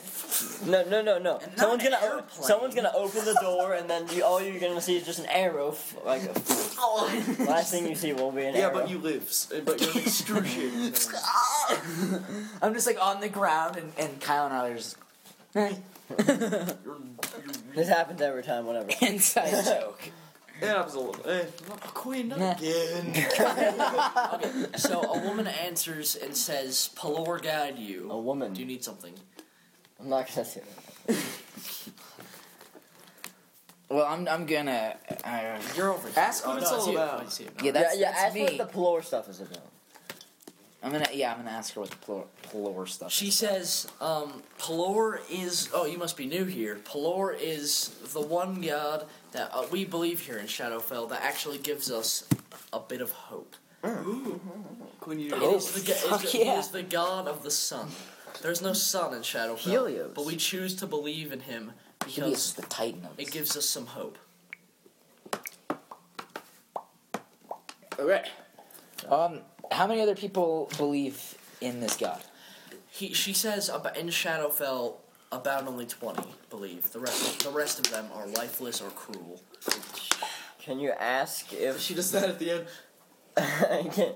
S1: No, no, no, no.
S4: And not
S1: Someone's
S4: an
S1: gonna o-
S4: airplane.
S1: someone's gonna open the door, and then you, all you're gonna see is just an arrow. F- like
S4: happen.
S1: last thing you see will be an
S3: Yeah,
S1: arrow.
S3: but you live. s- But you're in excruciating.
S1: <laughs>
S3: pain.
S2: <laughs> I'm just like on the ground and, and Kyle and I are just "Eh."
S3: You're, you're,
S1: This happens every time. Whatever.
S2: <laughs> <laughs> inside joke.
S3: it happens a little. Eh, not Quinn, not
S2: Nah.
S3: again.
S4: okay. So a woman answers and says, "Pelor guide you."
S1: A woman.
S4: Do you need something?
S1: I'm not gonna say that.
S2: Well, I'm I'm gonna. Uh,
S4: You're over. Here.
S2: Ask
S4: oh,
S3: what
S4: no,
S3: it's
S4: I
S3: all
S4: see it.
S3: about.
S4: I see it now.
S2: yeah, that's,
S1: yeah, yeah.
S2: that's
S1: ask
S2: me.
S1: what the plore stuff is about.
S2: I'm gonna yeah, I'm gonna ask her what the plor, plor stuff.
S4: She says, um, Pelor is. Oh, you must be new here. Pelor is the one god that uh, we believe here in Shadowfell that actually gives us a bit of hope.
S3: Quinn, you.
S1: Oh,
S4: It is the, ga-
S2: fuck
S4: is the- it
S2: yeah.
S4: is the god of the sun. There's no sun in Shadowfell.
S1: Helios.
S4: But we choose to believe in him
S2: Maybe it's
S4: because
S2: the Titan of.
S4: it gives us some hope.
S2: Okay. Um, how many other people believe in this god?
S4: He, she says about, in Shadowfell, about only 20 believe. The rest, the rest of them are lifeless or cruel.
S1: Can you ask if
S3: She does that at
S1: <laughs>
S3: the end.
S1: I can't.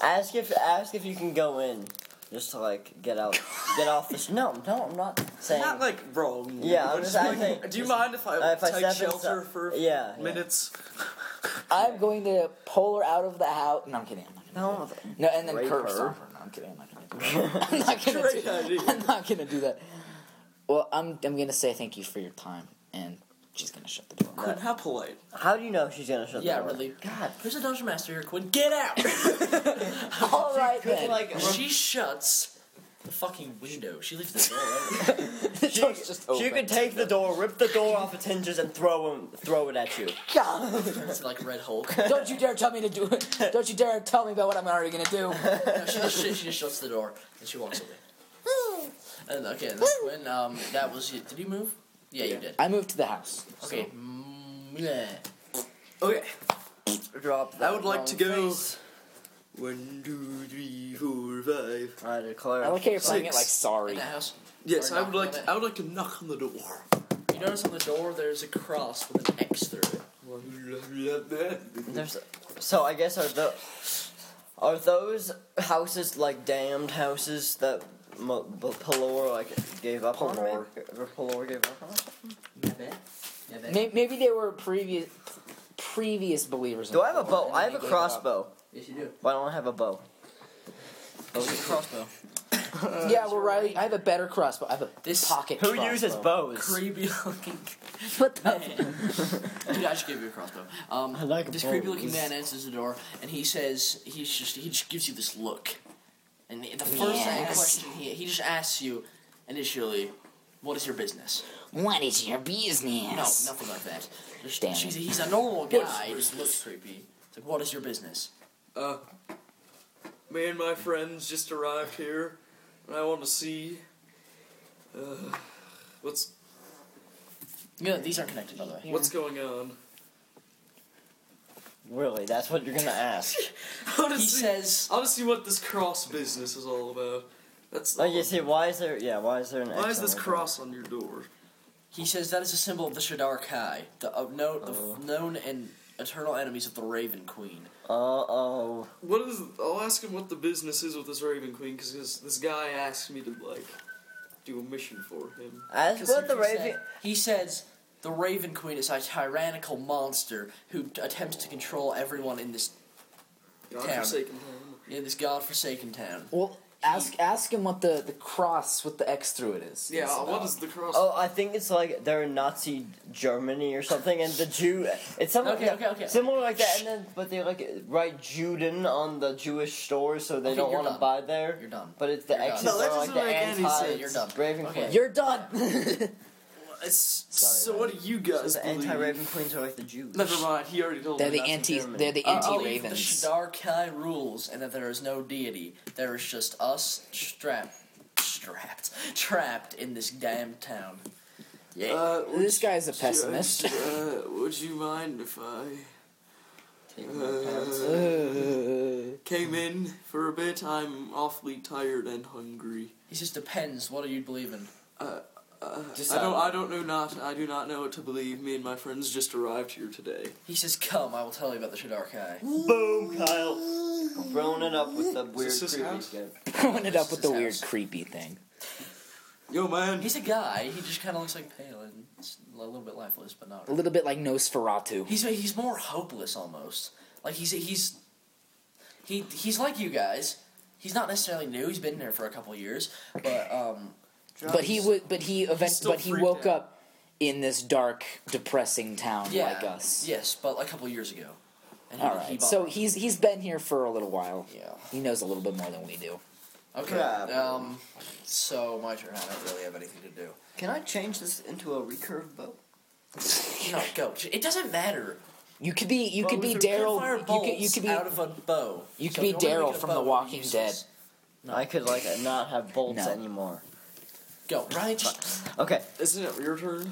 S1: Ask if ask if you can go in, just to like get out, get off this. No, no, I'm not saying.
S3: Not like wrong.
S1: Yeah,
S3: but
S1: I'm
S3: just
S1: just- I
S3: like,
S1: think-
S3: Do you mind if I
S1: Uh, if I
S3: take
S1: step
S3: shelter
S1: inside-
S3: for
S1: yeah, yeah.
S3: minutes?
S2: I'm going to pull her out of the house. No, I'm kidding. I'm not gonna
S1: no,
S2: do that. no, and then
S1: Rape
S2: curb
S1: her.
S2: stomp her. No, I'm kidding. I'm not gonna do that. I'm not gonna
S3: Great
S2: do
S3: idea.
S2: I'm not gonna do that. Well, I'm I'm gonna say thank you for your time, and she's gonna shut the
S3: <laughs>
S2: door.
S3: Quinn, how polite.
S1: how do you know she's gonna shut the
S4: Yeah,
S1: door?
S4: really.
S1: God.
S4: There's a dungeon master here, Quinn. Get out! <laughs>
S2: All right
S1: Could you,
S2: then.
S1: like, <laughs> re-
S4: She shuts the fucking window. She leaves the door open.
S2: the door's just
S1: she could take the door, rip the door off its hinges, and throw him, throw it at you.
S2: God,
S4: Turns into, like Red Hulk.
S2: don't you dare tell me to do it. Don't you dare tell me about what I'm already gonna do.
S4: No, she, just, she just shuts the door and she walks away. And okay, and then when um that was did you move? Yeah, you did.
S2: I moved to the house.
S4: Okay. mm, Yeah.
S3: Okay,
S1: Drop.
S3: I would like
S1: wrong
S3: to go.
S1: face.
S3: One, two, three, four, five.
S1: I declare.
S2: I like how you're playing it
S3: Six.
S2: like
S4: In
S2: sorry.
S4: the house.
S3: Yes,
S4: Or
S3: I would
S4: knock
S3: like.
S4: on
S3: To,
S4: it.
S3: I would like to knock on the door.
S4: You notice on the door there's a cross with an X through it.
S1: There's, so I guess are the, are those houses like damned houses that Mo- B- Pelor like gave up on?
S3: Pelor.
S1: maybe? Or Pelor gave up on.
S2: May- Maybe they were previous previous believers. in
S1: Do I have a
S2: Thor,
S1: bow?
S2: and
S1: I
S2: then
S1: have
S2: they
S1: a
S2: gave it up.
S1: crossbow.
S4: Yes, you do.
S1: Why don't I have a bow?
S4: Oh, it's a crossbow.
S2: Yeah, well, Riley, I have a better crossbow. I have a
S4: This-
S2: pocket.
S1: Who
S2: crossbow.
S1: uses bows?
S4: Creepy looking.
S2: <laughs> What the?
S4: <laughs> Dude, I should give you a crossbow. Um,
S1: I like
S4: this creepy looking
S1: bows.
S4: man answers the door, and he says he's just he just gives you this look, and the, the first
S2: Yes.
S4: question he he just asks you initially, "What is your business?"
S2: What is your business?
S4: No, nothing like that. Just-
S2: Damn
S4: she's,
S2: it.
S4: he's a normal guy. He just looks creepy. It's like, what is your business?
S3: Uh, me and my friends just arrived here, and I want to see. Uh, what's
S4: No, these aren't connected, by the way.
S3: what's going on? <laughs>
S1: Really, that's what you're gonna ask.
S3: I want to
S4: He
S3: see.
S4: says,
S3: I want to see what this cross business is all about. That's.
S1: Like you see, why is there? Yeah, why is there an?
S3: Why
S1: X
S3: is
S1: on
S3: this
S1: the
S3: cross on your door?
S4: he says that is a symbol of the Shadar Kai, the of no, the
S1: Oh.
S4: f- known and eternal enemies of the Raven Queen.
S1: door? Uh oh.
S3: What is? I'll ask him what the business is with this Raven Queen because this, this guy asked me to like do a mission for him.
S1: Ask what the
S4: He
S1: raven.
S4: said- he says the Raven Queen is a tyrannical monster who t- attempts to control everyone in this
S3: Godforsaken town.
S4: in this godforsaken town.
S2: Well, ask ask him what the, the cross with the X through it is.
S3: Yeah.
S2: is
S3: what
S2: about.
S3: is the cross?
S1: Oh, I think it's like they're in Nazi Germany or something, and the Jew. It's something
S4: Okay, okay, okay.
S1: similar like that, and then but they like write Juden on the Jewish store, so they
S4: Okay,
S1: don't
S4: you're
S1: want to
S4: done.
S1: buy there.
S4: You're done.
S1: But it's the
S4: You're
S1: X's
S4: done.
S3: No, that
S1: are like
S3: doesn't
S1: the
S3: make any
S1: anti.
S3: sense.
S4: You're done.
S1: Raven
S4: Okay.
S1: Queen.
S2: You're done. <laughs>
S3: It's, so
S1: Sorry,
S3: what do you guys
S1: the
S3: believe?
S1: anti Raven Queens are like the Jews.
S3: Never mind. He already told
S2: they're
S3: me.
S2: the
S1: in
S2: anti.
S1: Germany.
S2: They're the
S4: I- I'll
S2: anti
S4: leave Oh, The
S2: ravens.
S4: Shadar Kai rules, and that there is no deity. There is just us strapped, trapped, trapped in this damn town.
S1: Yeah.
S3: Uh, would
S2: This guy's a
S3: you-
S2: pessimist.
S3: uh, would you mind if I
S1: Take my pants.
S3: uh, came in for a bit? I'm awfully tired and hungry.
S4: It just depends. What do you believe in?
S3: Uh,
S1: Just
S3: I don't.
S1: out.
S3: I don't know. Not. I do not know what to believe. Me and my friends just arrived here today.
S4: He says, "Come, I will tell you about the Shadarkai."
S1: Boom, Kyle. Throwing it up with the weird
S3: this his
S1: creepy
S3: house?
S1: guy.
S2: Throwing it up with the
S4: This
S2: weird
S4: house.
S2: creepy thing.
S3: Yo, man.
S4: He's a guy. He just kind of looks like pale and s- a little bit lifeless, but not.
S2: A little bit like Nosferatu.
S4: He's he's more hopeless almost. Like he's he's he he's like you guys. He's not necessarily new. He's been there for a couple years, but um,
S2: But he would. But he event.
S3: still
S2: But he
S3: freaked
S2: woke
S3: out.
S2: up in this dark, depressing town
S4: yeah,
S2: like us.
S4: yes, but a couple years ago. And
S2: All right.
S4: bought-
S2: so he's he's been here for a little while.
S4: yeah.
S2: He knows a little bit more than we do.
S4: Okay.
S1: Crap.
S4: Um. So my turn. I don't really have anything to do.
S1: Can I change this into a recurve bow?
S4: No, go. It doesn't matter.
S2: You could be. You could
S4: Well,
S2: be
S4: we can
S2: Daryl.
S4: fire
S2: You could. You
S4: bolts
S2: could be.
S4: out of a bow.
S2: you could
S4: So
S2: be
S4: the only way to
S2: Daryl
S4: get a
S2: from The
S4: bow would be
S2: Walking
S4: useless.
S1: I could like not have bolts
S2: No.
S1: anymore.
S4: Go right. Just,
S1: Okay.
S3: Isn't it your turn?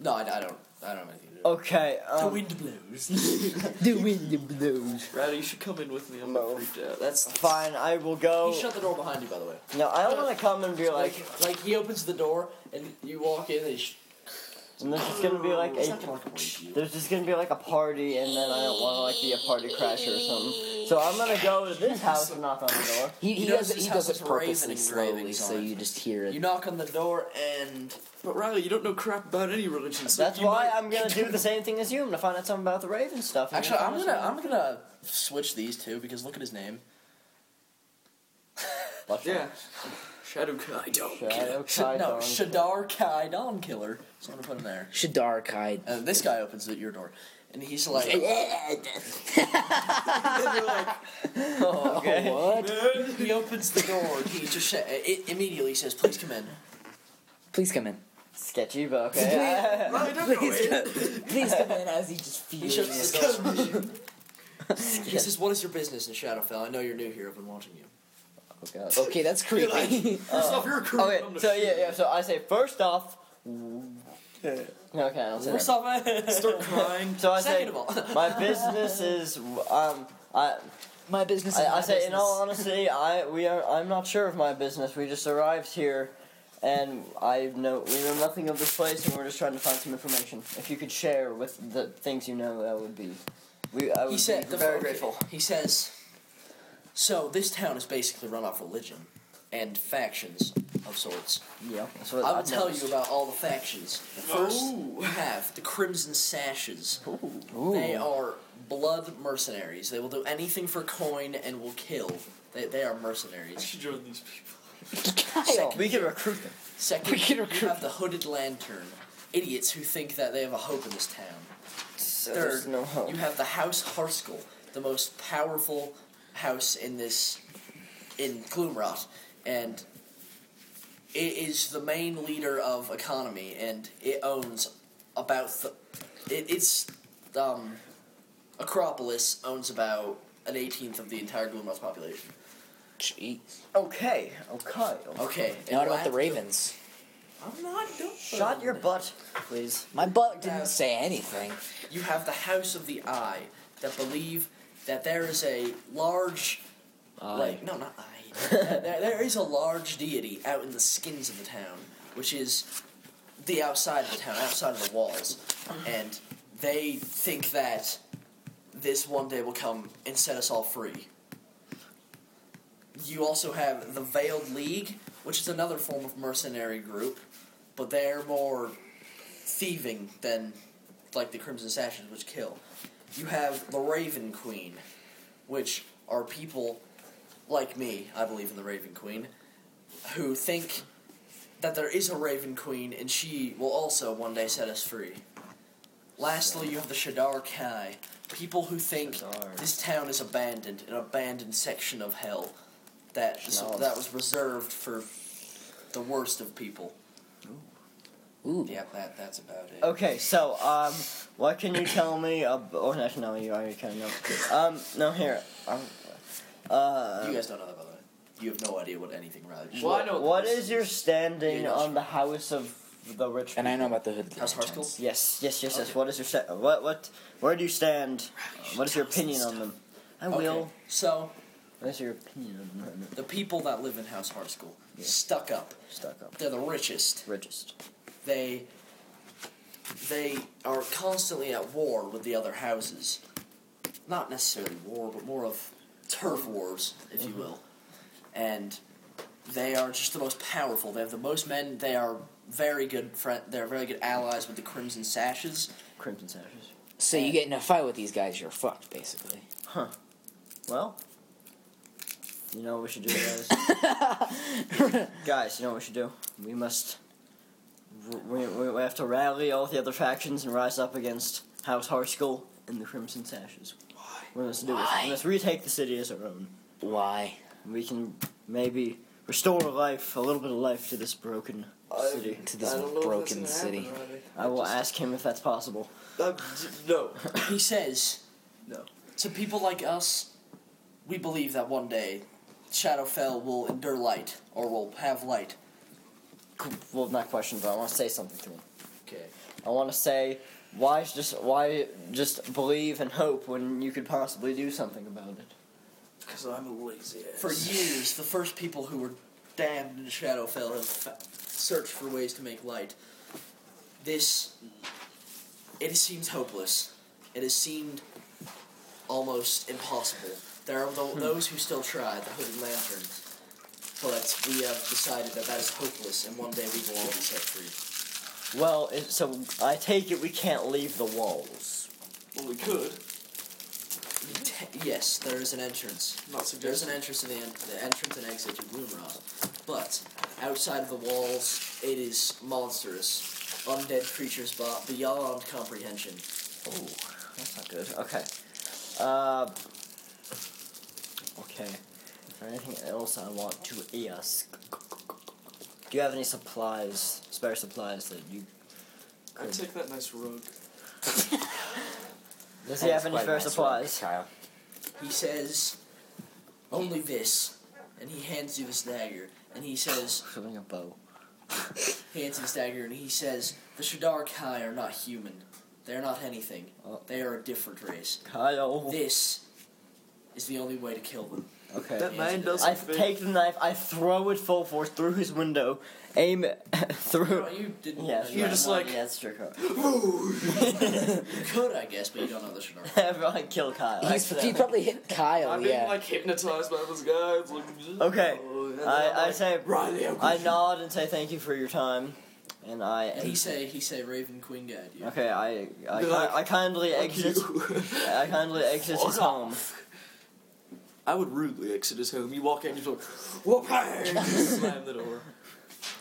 S4: no, I, I don't. I don't have anything to
S2: Oh,
S4: do.
S1: Okay.
S4: the
S1: Um,
S4: wind blows.
S2: The wind blows.
S3: Ratty, you should come in with me. I'm
S1: No.
S3: freaked out. That's
S1: fine. I will go.
S2: oh.
S4: he shut the door behind you, by the way.
S1: No, I don't want to come and be like.
S4: Like, like he opens the door and you walk in and he's
S1: And there's just gonna be like
S4: it's
S1: a.
S4: not gonna like wake you.
S1: There's just gonna be like a party, and then I don't want to like be a party crasher or something. So I'm gonna go to this house and knock on the door.
S2: He,
S4: You
S2: he
S4: notice
S2: does it.
S4: this
S2: He
S4: house
S2: does it
S4: has raven
S2: purposely
S4: and
S2: slowly,
S4: gravings
S2: so
S4: on it.
S2: you just hear
S4: You
S2: it.
S4: knock on the door and
S3: But Riley, you don't know crap about any religion. So
S1: That's
S3: you
S1: why
S3: might-
S1: I'm
S4: <laughs>
S1: gonna do the same thing as you. I'm gonna find out something about the Raven stuff. and
S4: actually
S1: then
S4: I'm
S1: find
S4: gonna
S1: out
S4: I'm gonna switch these two because look at his name.
S1: something.
S3: Yeah. Shadow Kai. I don't.
S1: <laughs> Shadow
S4: Sh-
S1: Kai
S4: <laughs> no,
S1: Dawn.
S4: Shadar Kai Dawn Killer. So I'm gonna put him there.
S2: Shadar Kai.
S4: And this guy opens at your door and he's like, "Oh!" <laughs>
S1: Okay.
S2: <laughs> What?
S4: he opens the door. and He just sa- it immediately says, "Please come in."
S2: Please come in.
S1: <laughs> Sketchy, but okay.
S3: Riley, don't eh? go in.
S2: Please come in as he just <laughs>
S4: He
S2: feels.
S4: shuts the
S1: Uh,
S4: door. He says, "What is your business in Shadowfell? I know you're new here. I've been watching you."
S1: Oh, God.
S2: Okay, that's creepy.
S3: First off, you're a creep.
S1: <laughs> Okay,
S3: I'm gonna
S1: so
S3: shoot
S1: yeah,
S3: you.
S1: yeah. So I say first off. Okay. I'll say
S4: First off, <laughs>
S3: Start crying.
S1: So I
S4: second
S1: say
S4: of all,
S1: my business is um I
S2: <laughs> My business.
S1: I,
S2: Is my
S1: I say in all
S2: business.
S1: honesty I we are I'm not sure of my business. We just arrived here, and I know we know nothing of this place, and we're just trying to find some information. If you could share with the things you know, that would be. We, I would
S4: he said,
S1: be
S4: the-
S1: very
S4: okay.
S1: grateful.
S4: He says, "So this town is basically run off religion and factions of sorts.
S1: Yeah, that's what
S4: I will
S1: I've
S4: tell
S1: noticed.
S4: you about all the factions. The first
S3: Ooh.
S4: you have the Crimson Sashes.
S2: Ooh.
S4: They are blood mercenaries. They will do anything for coin and will kill. They, they are
S1: <laughs>
S3: I
S4: mercenaries.
S3: should join these people.
S2: Kyle.
S1: We could recruit them.
S4: Second,
S2: We can
S4: you
S2: recruit-
S1: <laughs>
S4: have the Hooded Lantern. Idiots who think that they have a hope in this town.
S1: So
S4: Third,
S1: there's no hope.
S4: you have the House Harskell, the most powerful house in this in Gloomrot, and it is the main leader of economy, and it owns about th- it, it's um, Acropolis owns about an eighteenth of the entire Gloomrot's population.
S2: Jeez.
S1: Okay, okay.
S4: Okay, and
S2: Now what about the
S4: last-
S2: Ravens?
S4: I'm not done.
S1: Shut your butt, please.
S2: My butt didn't say anything.
S4: you have the House of the Eye that believe that there is a large, like no, not eye. There- there- there is a large deity out in the skins of the town, which is the outside of the town, outside of the walls, and they think that this one day will come and set us all free. You also have the Veiled League, which is another form of mercenary group, but they're more thieving than like the Crimson Sashes, which kill. You have the Raven Queen, which are people like me, I believe in the Raven Queen, who think that there is a Raven Queen and she will also one day set us free. Lastly, you have the Shadar Kai, people who think
S1: Shadar.
S4: this town is abandoned, an abandoned section of hell that
S1: Shadar.
S4: that was reserved for the worst of people.
S2: Ooh.
S4: Yeah, that that's about it.
S1: Okay, so um, what can you tell me? Ab- oh, no, no, you already kind of know. Um, uh, no, here. Um, uh,
S4: You guys don't know that by the way. you have no idea what anything rides.
S3: Well, I know
S1: What
S3: this.
S1: is your standing
S4: You know.
S1: on the house of the rich?
S2: And I know
S1: people?
S2: about the hood.
S4: House Harskell?
S2: lanterns.
S1: Yes, yes, yes, yes. What is your sta- what what? Where do you stand? What is your opinion on them? I will.
S4: So
S1: What is your opinion on them?
S4: the people that live in House Hard School,
S1: Yeah.
S4: stuck up.
S1: Stuck up.
S4: They're the richest.
S1: Richest.
S4: They they are constantly at war with the other houses. Not necessarily war, but more of turf wars, if you will. And they are just the most powerful. They have the most men. They are very good friend. They're very good allies with the Crimson Sashes.
S1: Crimson Sashes.
S2: So you get in a fight with these guys, you're fucked, basically.
S1: Well, you know what we should do,
S2: <laughs>
S1: guys. guys, you know what we should do. We must. We, we, we have to rally all the other factions and rise up against House Harskull and the Crimson Sashes.
S4: Why?
S1: We must do this.
S2: Why?
S1: We must retake the city as our own.
S2: Why?
S1: We can maybe restore life, a little bit of life to this broken
S3: I-
S1: city.
S2: To this
S3: I don't know if
S2: broken
S3: that's gonna
S2: city.
S3: happen,
S1: I will ask him if that's possible.
S3: Riley. Uh, eh? d- no.
S4: He says,
S3: No.
S4: To people like us, we believe that one day Shadowfell will endure light, or will have light.
S1: Qu- Well, not question, but I want to say something to him.
S4: Okay.
S1: I want to say, why is just why just believe and hope when you could possibly do something about it?
S3: Because I'm a lazy ass.
S4: For years, the first people who were damned in Shadowfell have fa- searched for ways to make light. This. It seems hopeless. It has seemed almost impossible. There are tho- those who still try, the Hooded Lanterns. But we have decided that that is hopeless, and one day we will all be set free.
S1: Well, it, so I take it we can't leave the walls.
S3: Well, we could.
S4: Te- Yes, there is an entrance.
S3: I'm not
S4: There's an
S3: suggesting.
S4: entrance and an, the entrance and exit to Gloomrod, but outside of the walls, it is monstrous, undead creatures bo- beyond comprehension.
S1: Oh, that's not good. Okay. Uh. Okay. Is there anything else I want to ask? Do you have any supplies, spare supplies that you?
S3: I take that nice
S1: <laughs>
S3: rug.
S1: Does he have any spare
S2: That's quite nice work,
S1: supplies?
S2: Kyle.
S4: He says, "Only this," and he hands you this dagger, and he says,
S1: Shooting a bow.
S4: he hands you this dagger, and he says, "The Shadar Kai are not human. They are not anything.
S1: Oh.
S4: They are a different race.
S1: Kyle.
S4: This is the only way to kill
S1: <laughs>
S4: them."
S1: Okay.
S3: That man doesn't
S1: I
S3: fit.
S1: take the knife, I throw it full force through his window, aim <laughs> it through.
S4: No, you didn't.
S1: Yes,
S3: You're
S1: right.
S3: just like-
S1: yeah, that's true. Kyle.
S4: You could, I guess, but you don't know the Shadar.
S1: <laughs> Everyone kill Kyle.
S2: He's, he
S1: accidentally.
S2: probably hit Kyle,
S3: I'm
S2: yeah.
S3: being like hypnotized by this guy. It's like,
S1: Okay,
S3: oh, and then
S1: I,
S3: I'm
S1: I
S3: like,
S1: say
S3: Riley, I'm
S1: I nod and say thank you for your time, and I.
S4: And he say he say Raven Queen guide you.
S1: okay, I I,
S3: Be
S1: ki-
S3: like,
S1: I kindly
S3: Fuck
S1: exit.
S3: you.
S1: <laughs>
S3: <laughs>
S1: I kindly exit his
S3: Fuck
S1: home.
S3: I would rudely exit his home. You walk in, you're like, whoopang! Slam the door.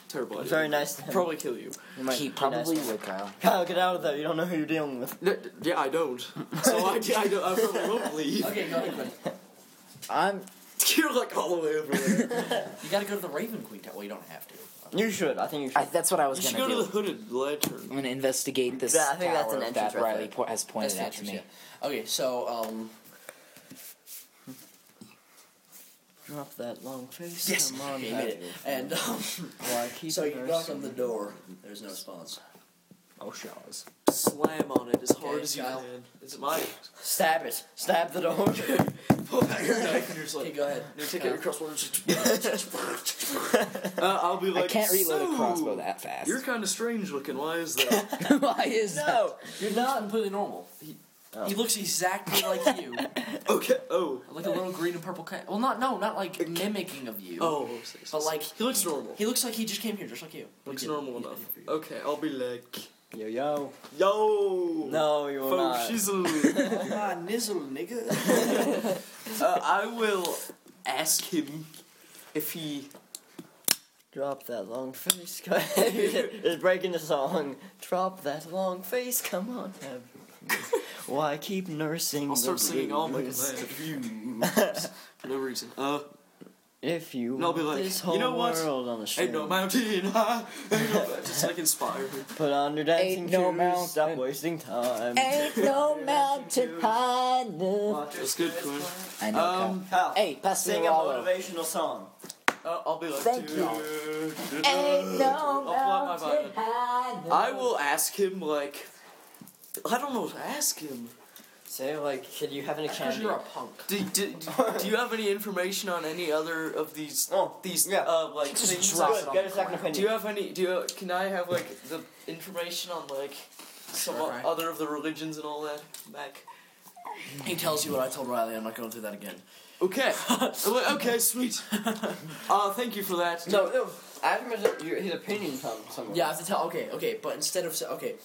S3: Terrible. idea.
S1: Very nice. to him.
S3: Probably kill you.
S1: He might
S2: he
S1: be nice to
S2: probably
S1: him.
S2: would, Kyle.
S1: <laughs> Kyle, get out of there. You don't know who you're dealing with.
S3: N- d- yeah, I don't. So I, I, don't, I probably won't leave.
S4: Okay, go ahead, Quinn.
S2: I'm.
S3: You're like all the way over there.
S4: You gotta go to the Raven Queen tower. Well, you don't have to.
S1: You should. I think you should.
S2: I, that's what I was
S3: You should
S2: gonna
S3: go to
S2: do.
S3: the hooded lantern.
S2: I'm
S1: Mm.
S2: gonna investigate this
S1: Yeah, I think
S2: tower
S1: that's an entrance
S2: that
S1: right
S2: Riley
S1: there.
S2: po- has
S4: That's
S2: pointed
S4: the
S2: out to
S4: entrance,
S2: me.
S4: yeah. Okay, so um,
S1: Drop that long face.
S4: yes,
S1: Come on,
S4: okay, you made it. And um,
S1: Why keep
S4: so you
S1: her
S4: knock
S1: so- <laughs>
S4: on the door. There's no response.
S1: Oh, shaws.
S3: Slam on it as hard
S4: Okay,
S3: as you
S4: Kyle.
S3: can. It's my.
S1: Stab it. Stab the door.
S3: <laughs> Pull out your knife and you're just
S4: Okay,
S3: like.
S4: go ahead. Uh,
S3: You take out your crossbow and just. uh, I'll be like.
S2: I can't reload
S3: so,
S2: a crossbow that fast.
S3: You're kind of strange looking. Why is that?
S2: <laughs> Why is that?
S1: no.
S4: You're not completely normal. He,
S1: Oh.
S4: he looks exactly like you,
S3: okay. Oh.
S4: like a little green and purple cat. Well, not no, not like mimicking of you.
S3: Oh.
S4: But, like,
S3: he looks normal.
S4: He looks like he just came here, just like you. But
S3: looks
S4: he didn't.
S3: normal
S4: He-
S3: enough. Okay, I'll be like,
S1: Yo yo.
S3: yo,
S1: No, you will
S3: fo
S1: not.
S3: shizzle.
S4: Ah, nizzle, nigga.
S3: uh, I will ask him if he.
S1: <laughs> Drop that long face. Come <laughs> it's breaking the song. Drop that long face. Come
S3: <laughs>
S1: on. have- Why keep nursing?
S3: I'll start
S1: the
S3: singing all my
S1: <laughs>
S3: <laughs>
S1: blues?
S3: commands. For no reason. Uh,
S1: If you
S3: And I'll be
S1: want
S3: like,
S1: this whole
S3: "You know what?
S1: world on the stream,
S3: Ain't no mountain <laughs> high. Ain't no mountain. Just like inspire her.
S1: put on your dancing
S2: Ain't no
S1: shoes, stop
S2: mountain.
S1: wasting time.
S2: Ain't no
S3: <laughs>
S2: mountain high enough.
S3: That's good, Quinn.
S2: I know.
S3: Um,
S2: Kyle.
S1: How?
S2: hey, pass me the
S1: sing a
S2: wallet.
S1: motivational song.
S3: uh, I'll be like, uh,
S2: Thank you.
S3: "Dude."
S2: Ain't no
S3: I'll plot my
S2: mountain high enough.
S3: I will ask him like, I don't know what to ask him.
S1: Say like, could you have any
S4: Because
S1: candy?
S4: you're a punk.
S3: Do, do, do, do you have any information on any other of these
S1: Oh,
S3: these
S1: yeah.
S3: uh like
S2: Just
S3: things?
S2: drop
S3: that-
S2: it on
S1: Get a second opinion.
S3: Do you have any? Do you, can I have like the information on like some o-
S4: Alright.
S3: other of the religions and all that back?
S4: He tells you what I told Riley. I'm not going through that again.
S3: <laughs> Okay. I'm like, okay, <laughs> sweet. Uh, thank you for that.
S1: no, no. Ask him his, your, his opinion from someone.
S4: Yeah, I have to tell. Okay, okay, but instead of sa- okay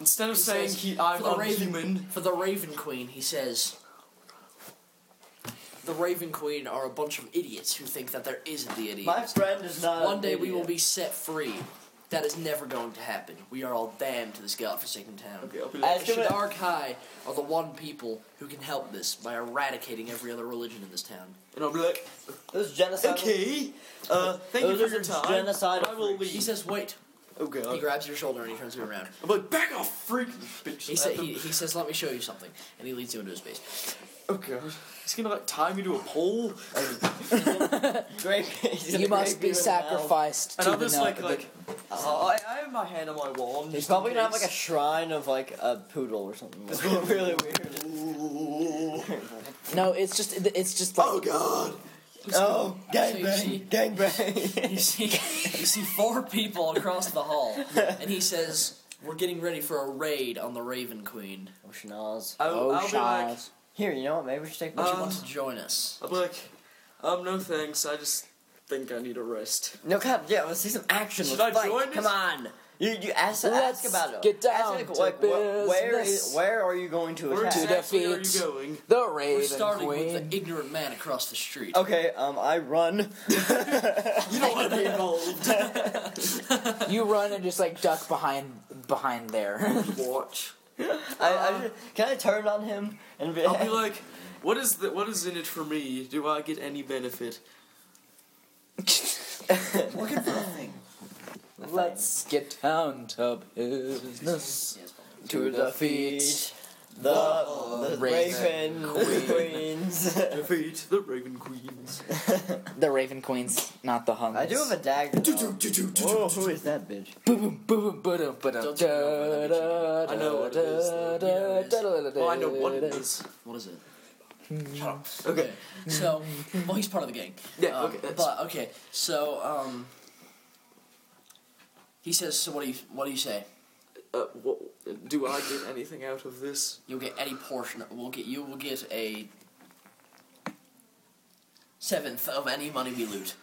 S3: Instead of
S4: He
S3: saying
S4: says,
S3: he, I'm
S4: "For the raven."
S3: unhuman,
S4: for the Raven Queen, he says the Raven Queen are a bunch of idiots who think that there isn't the idiot.
S1: My friend is not.
S4: One
S1: an
S4: day we
S1: idiot.
S4: will be set free. That is never going to happen. We are all damned to this godforsaken town.
S3: Okay, I'll be
S1: As
S3: like,
S1: do it.
S4: Shadar Kai are the one people who can help this by eradicating every other religion in this town.
S3: and I'll be <laughs> like,
S1: Those genocidal.
S3: okay. Uh, thank you
S1: Those are
S3: for your
S1: some
S3: time.
S1: genocidal
S3: I will
S1: freaks.
S4: He
S3: leave.
S4: says, "Wait."
S3: Okay.
S4: He
S3: I'll-
S4: grabs your shoulder and he turns you around.
S3: I'm like, back off, freak, bitch.
S4: He,
S3: At
S4: sa-
S3: the-
S4: he, he says, "Let me show you something," and he leads you into his space.
S3: Oh god. He's gonna like tie me to a pole. <laughs>
S1: Great. he's gonna break in
S2: You must be
S1: the mouth.
S2: sacrificed
S3: And
S2: to
S3: I'm
S2: the
S3: just like
S2: no-
S3: like uh, I, I have my hand on my wall.
S1: He's probably gonna have like a shrine of like a poodle or something. It's really weird. <laughs>
S3: a
S2: No, it's just it's just like
S3: Oh god!
S1: Oh,
S4: see-
S1: gangbang,
S4: You
S1: <laughs> gangbang.
S4: see, <laughs> you see four people across the hall, and he says, "We're getting ready for a raid on the Raven Queen.
S1: oh, schnoz.
S3: I'll,
S2: oh
S3: I'll be like
S2: shiz.
S1: Here, you know what? Maybe we should take.
S4: Would
S3: Uh,
S4: you want to join us?"
S3: I'll be like, um no thanks, I just think I need a rest.
S1: no, come. Yeah, let's see some action.
S3: <laughs> Should
S1: let's
S3: I
S1: fight.
S3: join this?
S1: Come on. You you ask,
S2: Let's
S1: ask about it.
S2: get
S1: Ask,
S2: down
S1: like,
S2: to
S1: like, wh- where is
S2: business.
S1: where are you going to
S3: Where
S1: attack?
S3: exactly are you
S2: defeat.
S3: going?
S2: the
S4: We're
S2: Raven
S4: starting
S2: Queen.
S4: with the ignorant man across the street.
S1: Okay, um, I run.
S3: You don't want to be involved.
S2: you run and just like duck behind behind there.
S3: Watch.
S1: I, I ju- can I turn on him and be,
S3: I'll
S1: <laughs>
S3: be like, what is the, what is in it for me? Do I get any benefit?
S4: Looking for a thing.
S2: <laughs> Let's get down to business.
S1: to the feet, the, the
S2: Raven
S1: Raven, Queens. <laughs>
S3: Defeat the Raven Queens.
S2: The Raven Queen's, not the Huns.
S1: I do have a dagger. though. Whoa, who is that bitch?
S2: Boom, boom, boom, boom, boom,
S4: Don't you know
S2: da,
S3: I know what it is, though.
S2: da,
S4: You know it is.
S2: da, da, da, da,
S3: Well, Oh, I know what it
S2: da, da.
S3: is.
S4: What is it? Shut up. Okay. So, well, he's part of the gang.
S3: Yeah,
S4: Um,
S3: okay, that's-
S4: But okay, so um, he says, "So what do you what do you say?
S3: Uh, what, do I get anything out of this?
S4: You'll get any portion. We'll get you will get a seventh of any money we loot."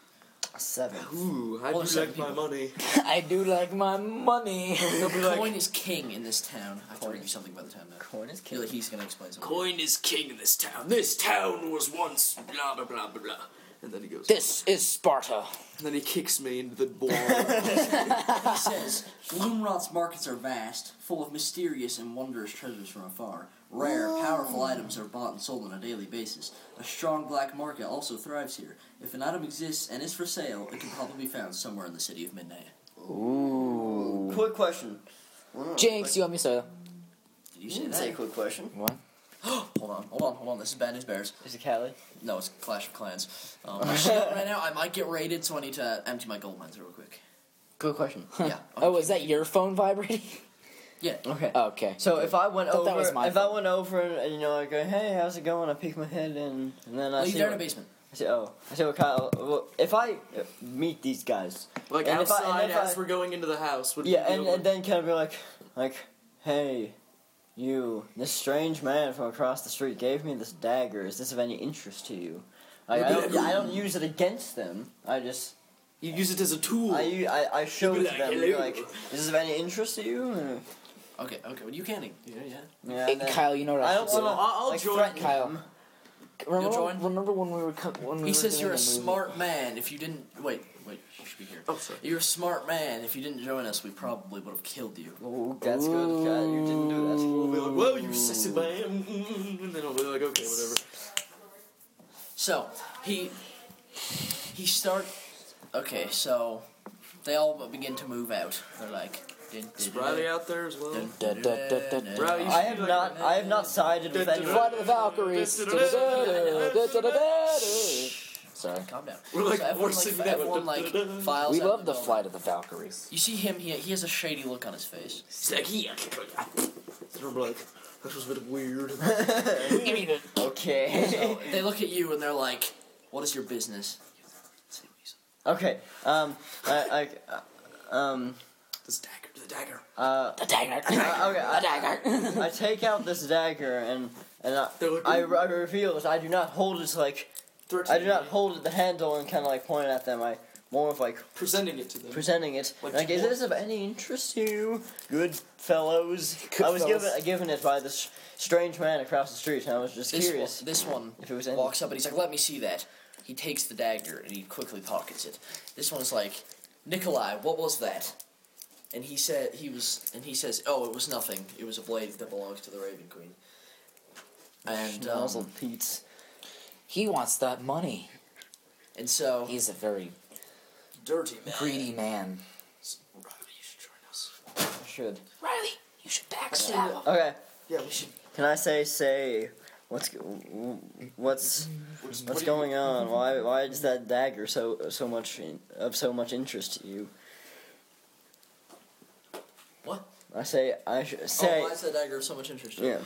S1: Seven.
S3: Ooh, I
S4: Well,
S3: do
S4: certain
S3: like my
S4: people-
S3: money.
S2: <laughs> I do like my money.
S3: They'll be like,
S4: Coin is king in this town. I have to read you something by the time that.
S1: Coin is
S4: He's
S1: killing.
S4: he's gonna explain something.
S3: Coin is king in this town. This town was once blah blah blah blah blah. And then he goes.
S2: This is Sparta.
S3: And then he kicks me into the ball.
S4: He says, Gloomrot's markets are vast, full of mysterious and wondrous treasures from afar. Rare, powerful items are bought and sold on a daily basis. A strong black market also thrives here. If an item exists and is for sale, it can probably be found somewhere in the city of Midnight.
S1: Ooh. Quick question.
S2: Jinx, you owe me soda.
S4: Did you
S1: You
S4: say
S1: didn't
S4: that?
S1: say quick question.
S2: What?
S4: <gasps> Hold on, hold on, hold on. This is Bad News Bears.
S1: Is it Callie?
S4: No, it's Clash of Clans.
S1: <laughs>
S4: Um, my shield right now, I might get raided, so I need to empty my gold mines real quick.
S1: Good question.
S4: Yeah.
S2: <laughs> Oh, is that your phone
S1: <laughs>
S2: vibrating?
S4: Yeah.
S1: Okay.
S2: Okay.
S1: so uh, if I went
S2: Thought
S1: over,
S2: that was my
S1: if I
S2: fault.
S1: went over and you know, I go, hey, how's it going? I peek my head in, and then I
S4: Leave
S1: see.
S4: there in
S1: what-
S4: the basement.
S1: I say, oh, I say, well, Kyle, well, if I uh, meet these guys,
S3: like
S1: And if I- and
S3: outside
S1: if I-
S3: as we're going into the house. Would
S1: yeah,
S3: you
S1: and,
S3: be
S1: and then kind of be like, like, hey, you, this strange man from across the street gave me this dagger. Is this of any interest to you? Like, I don't, I don't use it against them. I just,
S3: you use it as a tool.
S1: I, u- I, I show it
S3: You'd
S1: to
S3: be like,
S1: them. and be
S3: "Hello."
S1: Like, is this of any interest to you? And-
S4: Okay, okay. Well, you canning. Yeah, yeah.
S1: Yeah,
S2: Hey,
S1: and then-
S2: Kyle, you know what I,
S1: I don't
S2: should
S1: want
S2: do?
S3: wanna-
S1: to.
S3: I'll- I'll
S1: like,
S3: join
S1: threaten
S2: Kyle.
S1: him.
S2: Remember,
S4: join?
S2: remember when we were co- when we
S4: He
S2: were
S4: says
S2: doing
S4: you're a
S2: the movie?
S4: smart man. If you didn't wait, wait, you should be here.
S3: Oh, sorry.
S4: You're a smart man. If you didn't join us, we probably would have killed you.
S1: Oh, that's good, Kyle. You didn't do
S3: I'll be like, well, you sassy man. <laughs> And then I'll be like, okay, whatever.
S4: So he he He start. Okay, so they all begin to move out. They're like. dun, dun,
S3: Is
S4: dun,
S3: Bradley out there as well?
S4: dun,
S2: Da,
S4: dun,
S2: da, da, da,
S4: dun,
S3: <laughs> Bro, you
S4: dun.
S1: I have
S3: like-
S1: not. I have not sided with anyone.
S2: Flight of the
S3: <laughs>
S2: Valkyries. Sorry.
S4: Calm down.
S3: We're like
S4: so everyone,
S3: voicing
S4: like,
S3: that
S4: everyone,
S3: with-
S4: like files.
S2: We
S4: out
S2: love the
S4: building.
S2: Flight of the Valkyries.
S4: You see him. He he has a shady look on his face.
S3: He's like, yeah, I can kill you. And I'm like, that was a bit
S1: <laughs>
S3: weird.
S1: Okay. <laughs>
S4: So they look at you and they're like, "What is your business?"
S1: okay. Um. I. I um.
S3: This dagger, the dagger.
S1: Uh.
S2: A dagger.
S1: uh, <laughs> okay.
S2: A
S1: I,
S2: dagger. <laughs>
S1: I take out this dagger and and I,
S3: They're looking-
S1: I, I reveal it. I do not hold it like I do not hold the handle and kind of like point it at them. I more of like
S3: Presenting it to them.
S1: presenting it.
S3: Like,
S1: like, is
S3: what-
S1: this of any interest to you, good fellows?
S2: Good
S1: I was
S2: fellas.
S1: given given it by this strange man across the street, and I was just
S4: This
S1: curious.
S4: one, this one
S1: If it was any-
S4: walks up and he's like, "Let me see that." He takes the dagger and he quickly pockets it. This one's like, "Nikolai, what was that?" And he said he was, and he says, "Oh, it was nothing. It was a blade that belongs to the Raven Queen." And um,
S1: Schnozzled Pete's.
S2: He wants that money.
S4: and so
S2: He's a very
S4: dirty
S2: greedy man.
S1: I should.
S2: Riley, you should backstab him.
S1: Okay.
S3: Yeah, we should.
S1: Can I say say what's g- w- what's what's going on? Why why is that dagger so so much in, of so much interest to you?
S4: What?
S1: I say I should say
S4: oh, why is that dagger of so much interest?
S1: yeah.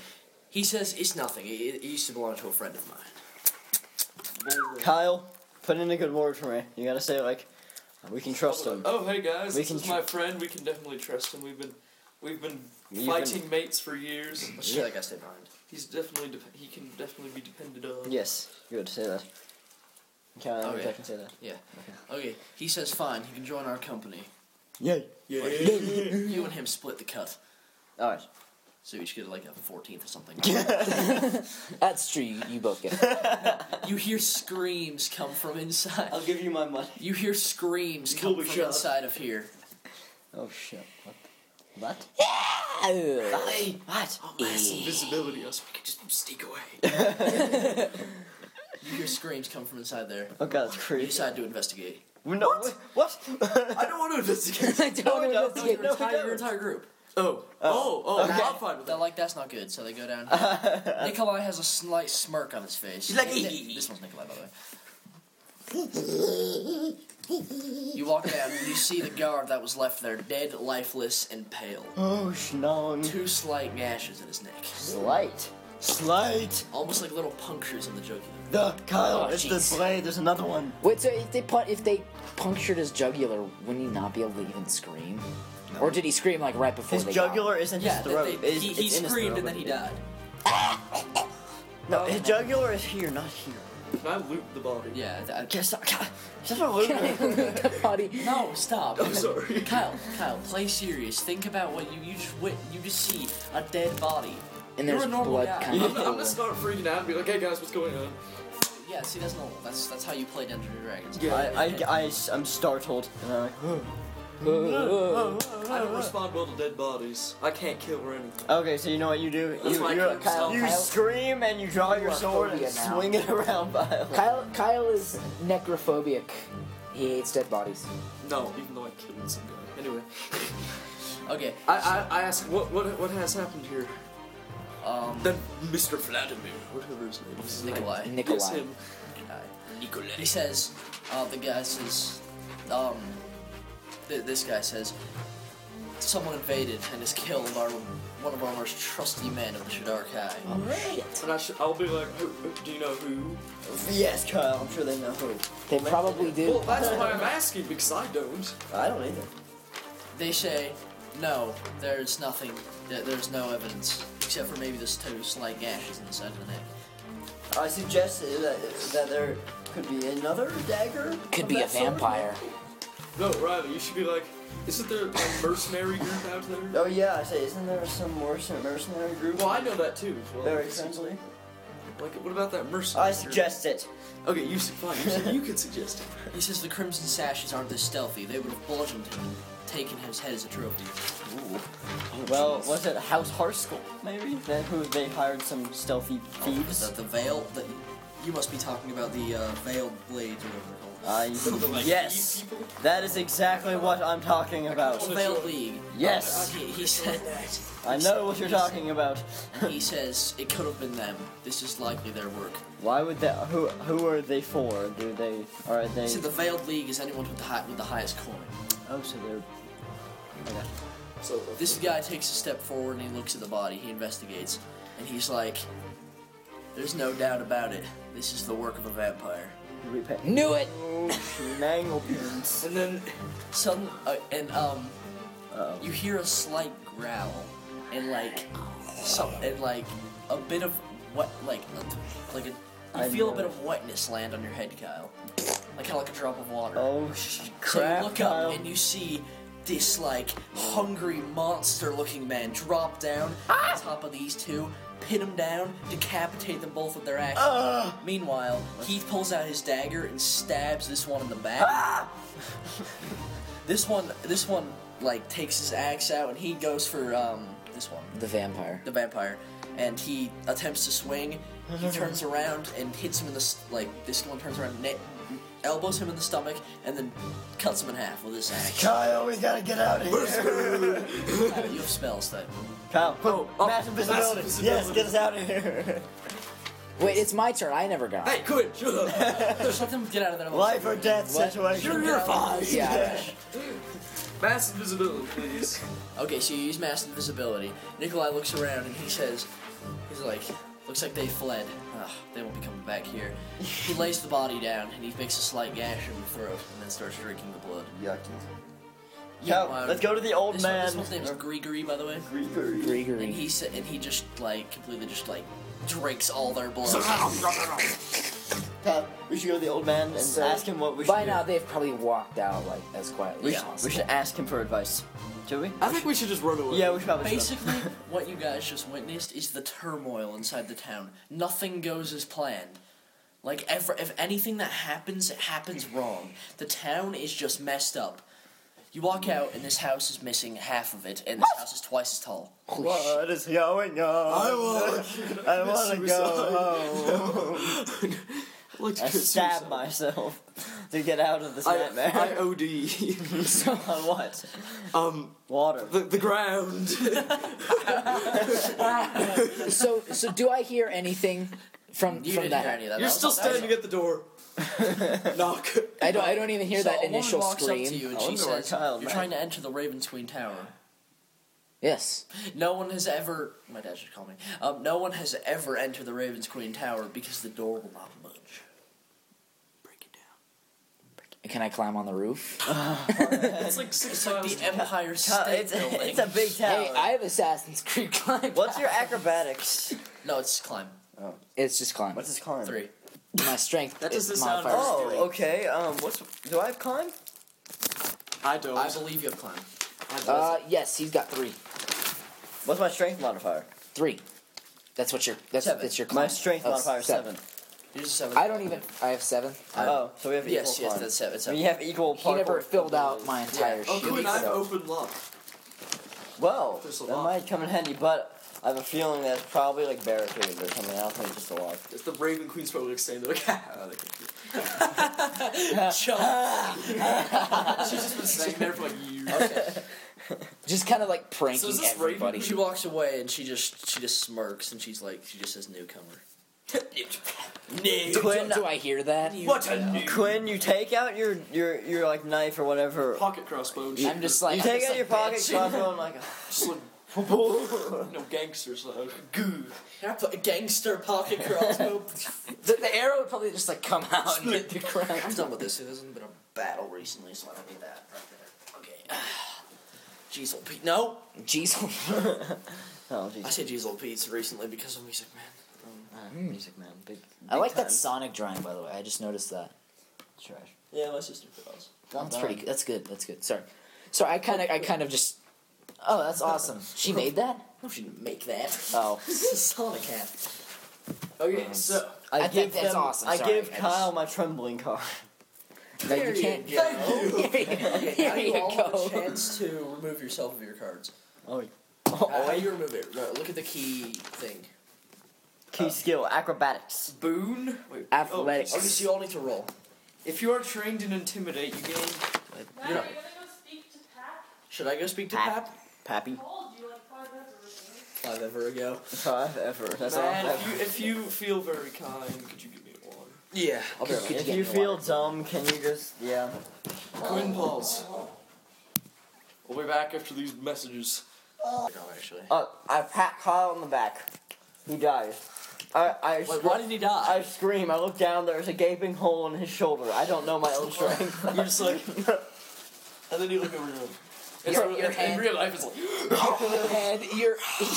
S4: He says it's nothing. It, it used to belong to a friend of mine.
S1: Kyle, put in a good word for me. You gotta say like we can trust him.
S3: Oh, hey guys,
S1: We
S3: this
S1: can
S3: is
S1: tr-
S3: my friend. We can definitely trust him. We've been, we've been
S1: We've
S3: fighting mates for years.
S4: Let's see
S1: Yeah.
S4: that guy stay behind.
S3: He's definitely, dep he can definitely be depended on.
S1: Yes, good. Say that. Can I,
S4: Okay.
S1: I can say that.
S4: Okay, he says fine. He can join our company.
S1: Yeah.
S4: But <laughs> you, you and him split the cut,
S1: All right.
S4: so each get like a fourteenth
S1: <laughs>
S4: or something.
S2: That's true. You, you both get it. <laughs>
S4: You hear screams come from inside.
S1: I'll give you my money.
S4: You hear screams
S3: You
S4: come
S3: will
S4: from
S3: be shot.
S4: inside of here.
S1: Oh shit! What? What?
S2: Ugh.
S4: Hey,
S1: What?
S3: Oh, mass invisibility, us. We can just sneak away.
S4: you hear screams come from inside there.
S1: Oh god, that's
S4: You
S1: crazy.
S4: decide to investigate.
S1: No, what? What? <laughs>
S3: I don't want to investigate.
S2: I don't
S1: no,
S2: know
S1: no,
S2: what's
S1: no,
S2: getting-
S4: Your,
S1: we
S4: entire, your
S1: don't.
S4: entire group.
S3: <laughs> Oh, oh, oh!
S1: Okay.
S3: I'm fine with
S4: They're
S3: that.
S4: like, that's not good, so they go
S3: <laughs>
S4: down. Nikolai has a slight smirk on his face.
S3: He's like,
S4: Ni-
S3: "Ee."
S4: this one's Nikolai, by the way. You walk down and you see the guard that was left there, dead, lifeless, and pale.
S1: oh schnong.
S4: Two slight gashes in his neck,
S1: Slight. Slight.
S4: almost like little punctures in the jugular.
S1: The Kyle.
S2: Oh,
S1: it's
S2: jeez. Oh
S1: the blade. There's another one.
S2: Wait, so if they pun- if they punctured his jugular, wouldn't he not be able to even scream? Or did he scream like right before
S1: His
S2: they got him?
S1: jugular is in
S4: Yeah,
S1: his
S4: that
S1: throat.
S4: they,
S1: It's-
S4: he,
S1: it's
S4: he
S1: in his throat,
S4: screamed and
S1: but
S4: then he
S1: it-
S4: died.
S1: No, his jugular is here, not here.
S3: Can I loot the body?
S4: Yeah.
S1: Okay, <laughs> stop. God, Shut up, Luke.
S2: <laughs> the body.
S4: no, stop.
S3: <laughs> I'm <laughs> sorry.
S4: Kyle, Kyle, play serious. Think about what you you just wit you just see a dead body.
S2: And
S4: You're
S2: there's
S4: a normal
S2: blood
S4: guy.
S2: coming
S3: I'm,
S2: out.
S1: <laughs>
S3: I'm gonna start freaking out and be like, "Hey guys, what's going on?"
S4: Yeah, see that's normal. That's that's how you play Dungeons and Dragons.
S3: Yeah.
S1: I, I, am startled. Uh, And I'm like,
S3: I don't respond well to dead bodies. I can't kill or anything.
S1: Okay, so you know what you do?
S3: That's
S1: you
S3: why I
S1: you,
S3: can't stop.
S1: you
S2: Kyle-
S1: scream and you draw your
S2: are
S1: sword and
S2: phobia now.
S1: swing it <laughs> around by
S2: <laughs> Kyle, Kyle is necrophobic. He hates dead bodies.
S3: No, even though I killed some guy. Anyway,
S4: Okay.
S3: I, I, I ask, what, what, what has happened here?
S4: Um.
S3: Then Mr. Vladimir, whatever his name is.
S4: Nikolai.
S2: Nikolai.
S3: Yes, him.
S4: Nikolai. He says, uh, the guy says, um, th- this guy says, someone invaded and has killed our one of our most trusty men of the Shadar Kai.
S1: Um,
S3: And I should, I'll be like, "Who- who- do you know who?
S1: yes, Kyle, I'm sure they know who.
S2: They probably
S3: Well,
S2: do.
S3: that's why I'm asking, because I don't.
S1: I don't either.
S4: They say, no, there's nothing, there- there's no evidence, except for maybe this two slight gashes in the side of the neck.
S1: I suggest that, that there could be another dagger.
S2: Could
S1: of
S2: be a
S1: that sword.
S2: vampire.
S3: No, Riley, you should be like, isn't there a mercenary group out there?
S1: Oh yeah, I say, isn't there some mercen- mercenary group?
S3: Well, I know that too. as well.
S1: Very friendly.
S3: Like, what about that mercenary?
S1: I suggest it.
S3: Group? Okay, you su- fine. You, su- you could suggest it.
S4: He says the Crimson Sashes aren't this stealthy. They would have bludgeoned him and taken his head as a trophy.
S1: Well, was it House Harskoll? Maybe. Then who they hired some stealthy
S4: The,
S1: thieves.
S4: the veil, the, You must be talking about the uh, veiled blades or whatever they're
S3: <laughs>
S4: called.
S1: I Uh,
S4: <laughs>
S1: yes, that is exactly what I'm talking about.
S4: veiled league.
S1: Yes,
S4: Okay, he said that.
S1: I know what you're talking about.
S4: He says it could have been them. This is likely their work.
S1: Why would that? Who who are they for? Do they are they?
S4: He said the veiled league is anyone with the high, with the highest coin.
S1: Oh, so they're. Okay.
S3: So
S4: This guy takes a step forward and he looks at the body. He investigates, and he's like, "There's no doubt about it. This is the work of a vampire."
S1: We pay.
S2: Knew it.
S3: Oh,
S1: <laughs> Manglepins.
S3: and then
S4: Sudden, uh, and um,
S1: Uh-oh.
S4: you hear a slight growl, and like, some, and like a bit of wet, like, a, like a, you
S1: I
S4: feel
S1: know.
S4: a bit of wetness land on your head, Kyle, like kind of like a drop of water.
S1: Oh sh-
S4: So
S1: crap!
S4: you look
S1: Kyle.
S4: up and you see this like hungry monster-looking man drop down on top of these two, pin them down, decapitate them both with their axe. Meanwhile, Heath pulls out his dagger and stabs this one in the back. this one, this one, like takes his axe out and he goes for um this one,
S2: The vampire.
S4: the vampire, and he attempts to swing.
S1: <laughs>
S4: He turns around and hits him in the s- like. This one turns around, ne- elbows him in the stomach, and then cuts him in half with his axe.
S1: Kyle, we gotta get out of here.
S4: Uh, you have spells that.
S1: Kyle,
S3: Oh, oh,
S1: mass invisibility.
S3: mass
S1: Yes,
S3: invisibility.
S1: get us out of here.
S2: Wait, it's my turn. I never got. it.
S3: hey, quit. Shut
S1: <laughs>
S3: up.
S4: Just let them get out of there.
S1: Life or death
S2: What?
S1: situation.
S3: You're fine.
S2: Yeah.
S3: Mass invisibility, please.
S4: <laughs> Okay, so you use mass invisibility. Nikolai looks around and he says, he's like, looks like they fled. Ugh, they won't be coming back here. He lays the body down and he makes a slight gash in the throat and then starts drinking the blood.
S1: Yucky.
S4: Yeah,
S1: Kyle,
S4: wow.
S1: let's go to the old
S4: This, one,
S1: man.
S4: this one's name is Grigori, by the way. And
S2: Gregory.
S4: he said, and he just like completely just like drinks all their blood.
S1: Kyle, we should go to the old man and
S2: So,
S1: ask him what we should
S2: By
S1: do.
S2: now, they've probably walked out like as quietly
S1: we,
S2: as
S1: should,
S2: possible.
S1: we
S4: <laughs>
S1: should ask him for advice. Should we?
S3: I think we should just run away.
S1: Yeah, we should probably should.
S4: Basically,
S1: <laughs>
S4: what you guys just witnessed is the turmoil inside the town. Nothing goes as planned. Like ever, if anything that happens, it happens wrong. The town is just messed up. You walk out, and this house is missing half of it, and this house is twice as tall.
S1: What is going
S3: I
S1: on?
S3: will. <laughs>
S1: I want to <laughs> go home.
S3: I'd like to
S1: I
S3: commit
S1: stab
S3: <laughs> suicide.
S1: myself to get out of this nightmare.
S3: I, I
S1: <laughs>
S3: OD.
S1: on what?
S3: <laughs> um,
S1: Water.
S3: the,
S1: <laughs>
S3: the ground.
S2: so, so do I hear anything from
S4: You
S2: from
S4: didn't
S2: that?
S4: hear any of that.
S3: You're
S4: That
S3: still
S4: was- that was-
S3: standing at the
S1: <laughs>
S3: door. Knock.
S2: I don't. I don't even hear
S4: So
S2: that
S4: a woman
S2: initial
S4: walks
S2: scream.
S4: Up to you and
S1: I
S4: she
S1: wonder where
S4: says,
S1: Kyle
S4: "You're
S1: met.
S4: trying to enter the Ravensween Tower.
S2: Yes.
S4: No one has ever. My dad should call me. Um, no one has ever entered the Ravens Queen Tower because the door will not budge.
S3: Break it down.
S2: Can I climb on the roof?
S3: It's like six
S4: It's like
S3: times.
S4: the Empire
S1: Kyle,
S4: State
S1: it's,
S4: Building.
S1: it's a big tower.
S2: Hey, I have Assassin's Creed climb.
S1: What's your acrobatics?
S4: no, it's climb
S2: It's just climb.
S1: What's his climb?
S4: three.
S2: my strength?
S3: That doesn't
S2: is
S3: sound-
S2: modifier is
S1: Oh,
S2: three.
S1: okay. Um, what's do I have climb?
S3: I don't.
S4: I believe you have climb.
S2: Uh, yes, he's got three.
S1: What's my strength modifier?
S2: Three. That's what your. That's
S4: Seven.
S2: that's your climb.
S1: My strength
S2: Oh,
S1: modifier is seven.
S4: Here's a seven.
S2: I don't even. I have seven.
S4: Uh,
S2: I-
S1: Oh, so we have equal
S4: Yes, yes,
S1: climb.
S4: that's seven.
S1: I mean,
S4: seven.
S1: you have equal.
S2: he never
S1: parkour
S2: filled out
S1: abilities.
S2: my entire
S4: Yeah.
S2: sheet.
S4: Oh,
S3: Uncle and I have
S2: so-
S3: open luck.
S1: Well,
S3: There's a
S1: that
S3: lot.
S1: might come in handy, but I have a feeling that's probably like barricaded or something. I don't think it's just a lock.
S3: It's the Raven Queen's probably extended. Like, <laughs> she's just been standing there for like years.
S4: Okay.
S2: Just kind of like
S3: So
S2: pranking
S3: is this
S2: everybody.
S4: she walks away and she just she just smirks and she's like she just says newcomer.
S2: Do,
S3: New.
S1: Quinn-
S2: do I hear that?
S3: What a new
S1: Quinn, you take out your your your like knife or whatever.
S3: pocket crossbones.
S2: I'm just like.
S1: you
S2: I'm
S1: take
S2: just
S1: out your
S2: like,
S1: pocket
S2: bitch.
S1: crossbow and like. "Ah,
S3: Just like, no gangsters though.
S4: Goo. Can I put a gangster pocket
S1: <laughs>
S4: crossbow?
S2: The, the arrow would probably just like come out and hit the ground.
S4: I'm done with this. There's been a battle recently, so I don't need that. Right there. Okay. <sighs> Jeez, old Pete. No,
S2: Jeez.
S1: Oh
S4: I
S1: jeez.
S4: say Jeez, old Pete's recently because of Music Man.
S1: Ah, Music man, big.
S2: I
S1: big
S2: like
S1: time.
S2: that Sonic drawing by the way. I just noticed that.
S1: Trash.
S4: Yeah, my sister does.
S2: That's
S1: bad.
S2: pretty. That's good. That's good. Sorry. Sorry. I kind of. I kind of just. Oh, that's awesome. She made that.
S4: No, she didn't make that. <laughs>
S2: Oh. Um,
S4: Sonic hat. Oh,
S3: Okay, so
S1: I,
S2: I think
S1: give
S2: that's
S1: them,
S2: awesome.
S1: I
S2: Sorry,
S1: give
S2: I just-
S1: Kyle my trembling card.
S2: No, you can't.
S4: go.
S2: <laughs> Here,
S4: Okay, <laughs> now you,
S2: you
S4: all have a
S2: go.
S4: chance to remove yourself of your cards.
S1: Oh,
S4: How
S1: oh
S4: do you remove it? Right, look at the key thing.
S1: Key skill, acrobatics.
S4: Boon. Wait,
S2: Athletics.
S4: Oh, okay, so you all need to roll.
S3: If you are trained in intimidate, you gain.
S5: Matt,
S4: You know-
S5: are you gonna go speak to Pat?
S4: Should I go speak to
S1: Pap.
S4: Pap?
S1: Pappy.
S5: I told you like five minutes ago.
S4: Five ever ago.
S1: Five ever. That's
S3: Man,
S1: all.
S3: if you, if you feel very kind, could you give me a one?
S4: Yeah.
S2: I'll be right back.
S1: If you feel dumb, can you just yeah?
S3: Quinn pause. We'll be back after these messages.
S4: Oh, Actually.
S1: Uh, I pat Kyle on the back. He dies. I I,
S4: Wait,
S1: scr-
S4: why did he die?
S1: I scream. I look down. There's a gaping hole in his shoulder. I don't know my own strength.
S3: You're just like, <laughs> and then you look over him. It's
S2: Your-
S3: like-
S2: your
S3: in
S2: hand-
S3: real life, it's like <gasps>
S2: your hand, your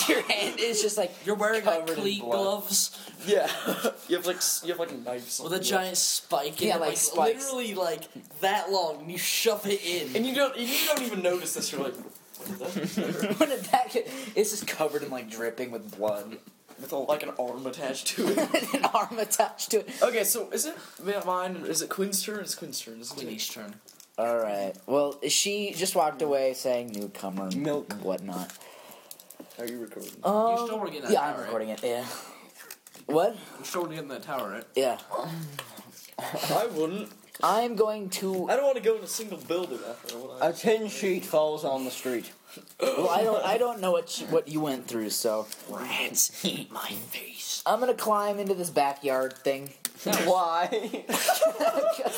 S2: your hand is just like <laughs>
S4: You're wearing like
S2: Covered in
S4: cleat
S2: blood.
S4: gloves
S1: yeah.
S3: <laughs> you have like s- you have like knives
S4: with a giant spike in
S2: Yeah,
S4: it,
S2: like spikes.
S4: literally like that long, and you shove it in.
S3: and you don't and you don't even notice this. You're like, what is that?
S2: what did that get- It's just covered in like dripping with blood. <laughs>
S3: with a, like an arm attached to it. <laughs>
S2: an arm attached to it.
S3: Okay, so is it mine? Is it Quinn's turn? It's Quinn's turn. It's Quinn.
S4: Quinny's turn.
S2: All right. Well, she just walked away saying newcomer and
S1: Milk.
S2: whatnot.
S3: Are you recording?
S2: Um,
S4: You're still working on
S2: yeah,
S4: that,
S2: I'm
S4: right?
S2: recording it. Yeah. What?
S4: You're still in that tower, right?
S2: Yeah.
S3: I wouldn't.
S2: I'm going to.
S3: I don't want to go in a single building after what I.
S1: A tin sheet falls on the street.
S2: Well, I don't. I don't know what you, what you went through, so
S4: Rats eat my face.
S2: I'm gonna climb into this backyard thing <laughs>
S1: Why? <laughs>
S2: because